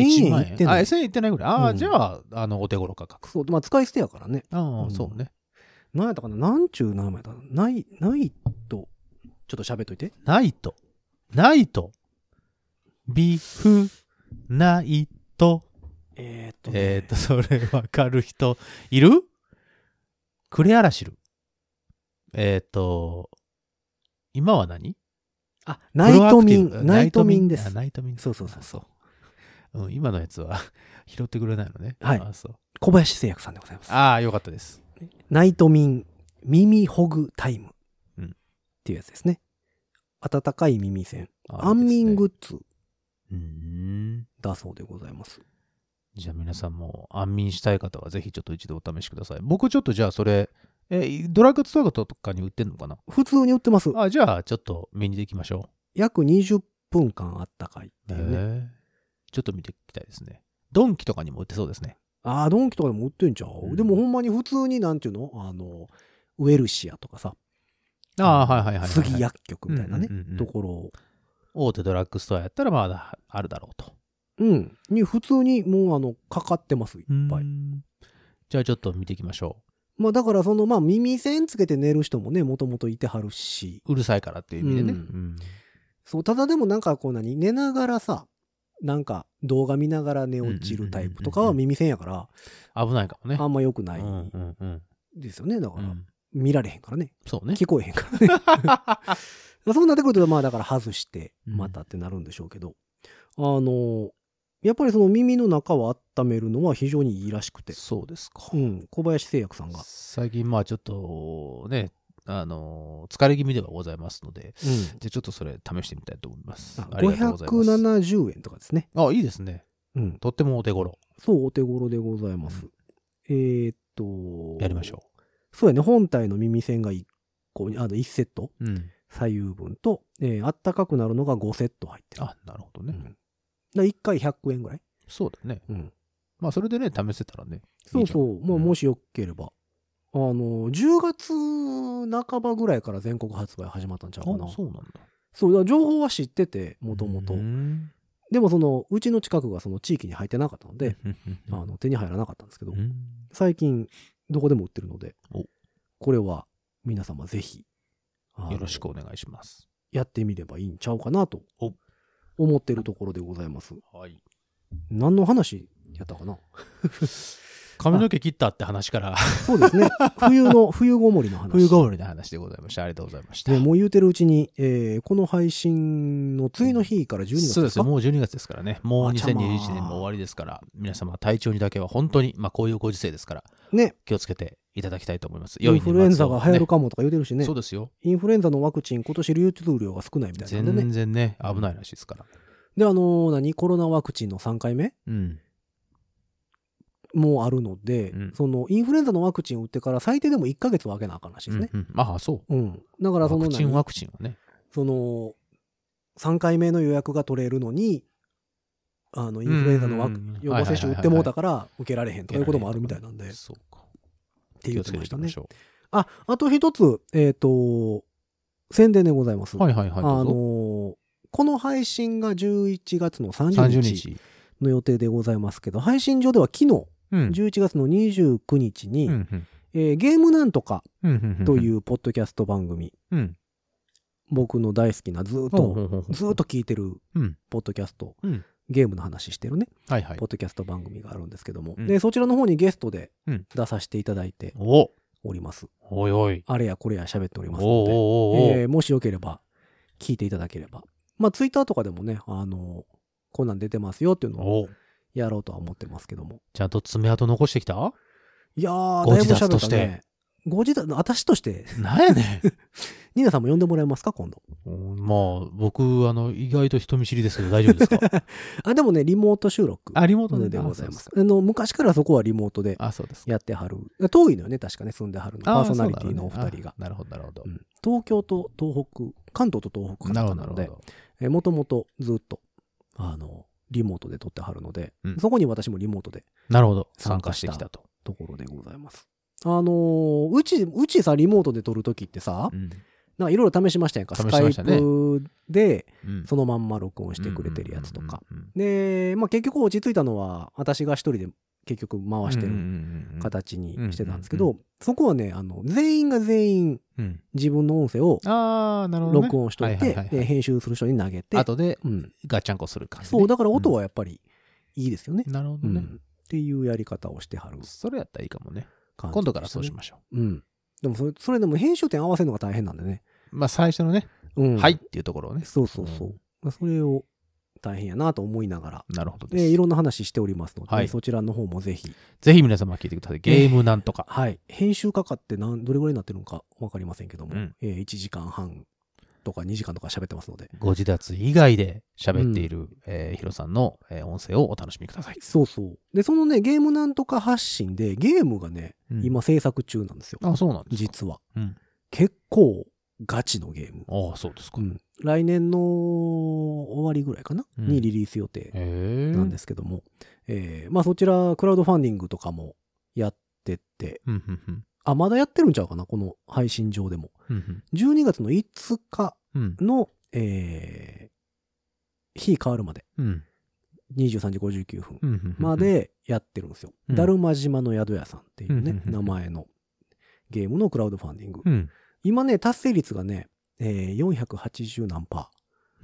円1万いってないあ、。1000円いってないぐらい。ああ、うんじゃあ、あの、お手頃価格。そう、まあ、使い捨てやからね。あうあ、んそうね。なんやったかななんちゅう名前だない、ないと、ちょっと喋っといて。ナイト。ナイト。ビフ、ナイト。えーっと、ね、えっ、と、それわかる人、いるクレアラシル。えっ、と、今は何あ、ナイトミプロン、アクティブナイトミンであす。ナイトミン。そうそうそうあそう。うん、今のやつは 拾ってくれないのね。はいあそう小林製薬さんでございます。あー、よかったです。ナイトミン、耳ほぐタイム。うんっていうやつですね。温かい耳栓。あ安いい眠ですねグッズうーん。だそうでございます。じゃあ皆さんも安眠したい方はぜひちょっと一度お試しください。僕ちょっとじゃあそれ、えードラッグストアとかに売ってんのかな普通に売ってます。あ、じゃあちょっと見に行きましょ約20分間あったかいってう。いうね。へーちょっと見ていきたいですね。ドンキとかにも売ってそうですね。ああ、ドンキとかでも売ってんちゃう、うんでもほんまに普通になんていうのあの、ウェルシアとかさ、ああ、はいはいはいはい、杉薬局みたいなねうんうんうんうん、ところを、大手ドラッグストアやったらまだあるだろうと。うん、に普通にもうあの、かかってます、いっぱうい。んじゃあちょっと見ていきましょまあだからその、まあ耳栓つけて寝る人もね、もともといてはるし、う。うるさいからっていう意味でね。うんうんそう、ただでもなんかこう何、寝ながらさ、なんか動画見ながら寝落ちるタイプとかは耳栓やから、危ないかもね。あんま良くなういんうんうんですよね。だかうら、ん見られへんからね。そうね。聞こえへん からね。そうなってくると、まあだから外して、うんまたってなるんでしょうけど、あの、やっぱりその耳の中を温めるのは非常にいいらしくて、そうですか。うん、小林製薬さんが。最近まあちょっとね、あのー疲れ気味ではございますので、うんじゃあちょっとそれ試してみたいと思います。ありがとうございます。 570円とかですね。あ、いいですね。うん。とってもお手頃。そう、お手頃でございます。えーっと、やりましょう。そうやね、本体の耳栓が1個に、あの、1セット、う。うん。左右分と、えー、あったかくなるのが5セット入ってる。あ、なるほどうね。ん。だ1回100円ぐらい。そうだね。うん。まあそれでね、試せたらね。そうそう。まあ、うんもしよければ。あの、10月半ばぐらいから全国発売始まったんちゃあうかな。そうなんだ。そう、だから情報は知ってて、もともとう。んでも、その、うちの近くがその地域に入ってなかったので、 あうんの、手に入らなかったんですけどう、ん最近、どこでも売ってるのでお、これは、皆様ぜひ、あのよろしくお願いします。やってみればいいんちゃうかなとお、思ってるところでございます。はい。何の話やったかな髪の毛切ったって話から、そうですね。 冬の、冬ごもりの話。冬ごもりの話でございました。ありがとうございました。ね、もう言うてるうちに、えーこの配信の次の日から12そ月うでですすかよもう12月ですからね。もうあちゃま2021年も終わりですから、皆様体調にだけは本当に、まあこういうご時世ですから、ね気をつけていただきたいと思います。インフルエンザが流行るかかもとか言うてるしねそうですよ。インフルエンザのワクチン今年流通量が少ないみたいなんで全ね然ね、危ないらしいですから。であのー何コロナワクチンの3回目うん。もあるので、うんそのインフルエンザのワクチンを打ってから最低でも1ヶ月は空けなあかんらしいですね、うんうんまあ、そうんだかう。らワそのクチン、何ワクチンはね。その3回目の予約が取れるのにあのインフルエンザのワクうんうんうん予防接種打ってもうたから受けられへんとかいうこともあるみたいなんでっそうか。て気言をってつけまてしいきたまねしょあ、あと一つ、えっ、と、宣伝でございます。はいはいはい。あどのうぞ。ーこの配信が11月の30 30日日。の予定でございますけど、配信上では昨日、うん。 11月の29日に、うんうんえーゲームなんとかうんうんうん。といううポッドキャスト番組、うん。僕の大好きなずーっほと、うほうほうずーっと聞いてるうんポッドキャスト、うんゲームの話してるね、はいはいポッ。ドキャスト番組があるんですけども、うんでそちらの方にゲストでうん出させていただいておおります。おいおい。あれやこれや喋っておりおまーすので、おーおーえーもしよければ聞いていただければ。まあ、ツイッターとかでもね、あのこんなん出てますよっていうのをおーやろうとは思ってますけども。ちゃんと爪痕残してきたいやー、ごだい自ぶ宅喋とっしたてね。ご自宅、私として、なんやねニーナさんも呼んでもらえますか、今度。ん。まあ、僕、あの、意外と人見知りですけど大丈夫ですかあ、でもね、リモート収録あ、リモートででございます。。あの、昔からそこはリモートであ、そうですか。やってはる。遠いのよね、確かね、住んではるの。パーソナリティのおあ二ー人そうだろうねがあ。なるほど、なるほどう。ん東京と東北、関東と東北なるほど、なのなるほで、ど。えーもともとずっと、あの、リモートで撮ってはるので、うんそこに私もリモートでなるほど。参参加加ししたてきたと。ところでございます。あのーうち、うちさ、リモートで撮るときってさ、うんなんかいろいろ試しましたやんか。試しスまカイしたねプで、うんそのまんま録音してくれてるやつとか。。うんうんうんで、まあ結局落ち着いたのは、私が一人で結局うん回してうんるうんうん形にしてたんですけど、うんそこはね、あの、全員が全員うん自分の音声をああ、なるほどね。録音しといはては、はでい編集する人に投げて、後でうん。ガチャンコする感じね。そう、だから音はやっぱりいいですよね。なるほうどんね。っていうやり方をしてはる感じでしそれやったらいいかもね。たね今度からそうしましょうん。でもそれ、それでも編集点合わせるのが大変なんでね。う。まあ最初のね、うん。はいっ。ていうところをね。そうそうそう。それを大変やなと思いながら、なるほどでいです。ろんな話しておりますので、はいそちらの方もぜひ、ぜひ皆様聞いてください。ゲームなんとか。はい。編集かかってなんどれぐらいになってるのかわかりませんけども、うんえー1時間半とか2時間とか喋ってますので、ご自立以外で喋っている、えーヒロさんの、えー音声をお楽しみください。そうそう。で、そのね、ゲームなんとか発信で、ゲームがね、うん今制作中なんですよ。あ、そうなんですか。実は。うん結構ガチのゲーム。ああ、そうですか。うへん来年の終わりぐらいかな、うんにリリース予定え。。なんですすけども、えーまあそちら、クラウドファンディングとかもやってて、うんうんうんあ、まだやってるんちゃうかな、この配信上でも。うん12月の5日うんの、えー日変わるまで、うん23時59分うんうんまでやってるんですよ。うんだるま島の宿屋さんっていううんねう、んうん名前のゲームのクラウドファンディング。うん。今ね、達成率がね、えー480何パ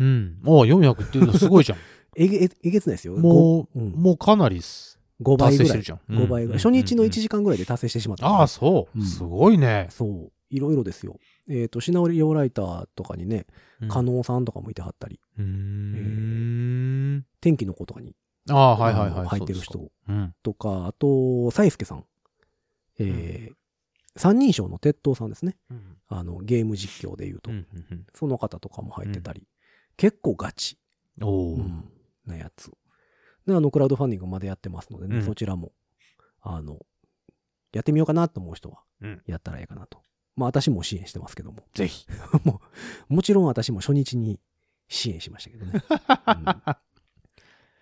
うん。おー400っていうのすごいじゃん。ー。えげええげつないですよ。もう、うんもうかなりす 5, 倍達成ぐしらている。じゃん。 5倍ぐらい。初日の1時間ぐらいで達成してしまった。ああ、そう。うんすごいね。そう。いろいろですよ。えっ、と、シナオリオライターとかにね、加納さんとかもいてはったり、うーん。天気の子とかに、ああ、はいはいあはのい。入ってるそうで人すか。うん。とか、あと、サイスケさん。えー三人称の鉄塔さんですね。うんあの、ゲーム実況で言うと。うんうんその方とかも入ってたり。結構ガチ、うんおうお。ん、なやつ。で、あの、クラウドファンディングまでやってますのでね、うんそちらも、あの、やってみようかなと思う人はうん、やったらいいかなと。まあ、私も支援してますけども。ぜひ。もちろん私も初日に支援しました けどね。うん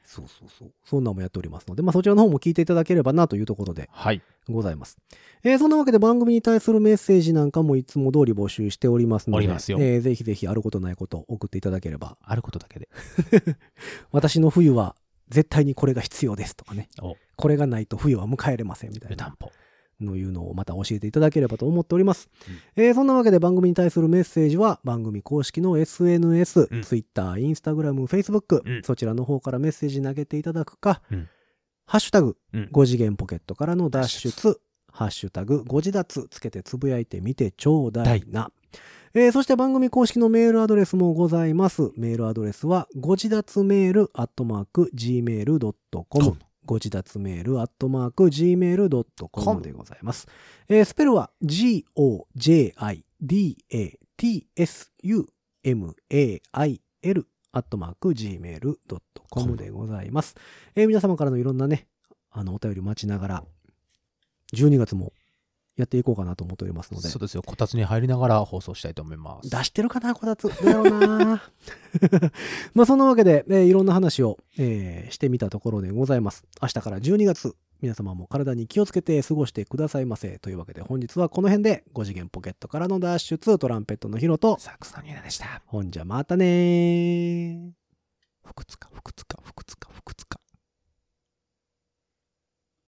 そうそうそう。そんなんもやっておりますので、まあそちらの方も聞いていただければなというところではい。ございます。えーそんなわけで番組に対するメッセージなんかもいつも通り募集しておりますので、おりますよえーぜひぜひあることないことを送っていただければ、あることだけで。 私の冬は絶対にこれが必要ですとかね、お、これがないと冬は迎えれませんみた湯いたなんぽ。のいうのをまた教えていただければと思っております。えーそんなわけで番組に対するメッセージは番組公式の SNS、うん Twitter、Instagram、Facebook、うんそちらの方からメッセージ投げていただくか、うんハッシュタグ、うん5次元ポケットからの脱出、ハッシュタグ、5次脱つけてつぶやいてみてちょうだいな。えーそして番組公式のメールアドレスもございます。メールアドレスは、ご自立メールアットマーク gmail.com こ。ご自立メールアットマーク gmail.com でございます。えースペルは g-o-j-i-d-a-t-s-u-m-a-i-l アットマーク gmail.com でございます。えー皆様からのいろんなね、あの、お便り待ちながら、12月もやっていこうかなと思っておりますのでそ、うですよ。こたつに入りながら放送したいと思います。出してるかなこたつ。どうやろうな まあそんなわけで、えーいろんな話を、えーしてみたところでございます。明日から12月皆様も体に気をつけて過ごしてくださいませ。というわけで本日はこの辺で5次元ポケットからの脱出、トランペットのヒロと、サックスのニーナでした。ほんじゃまたねー。不屈か、不屈か、不屈か、不屈か。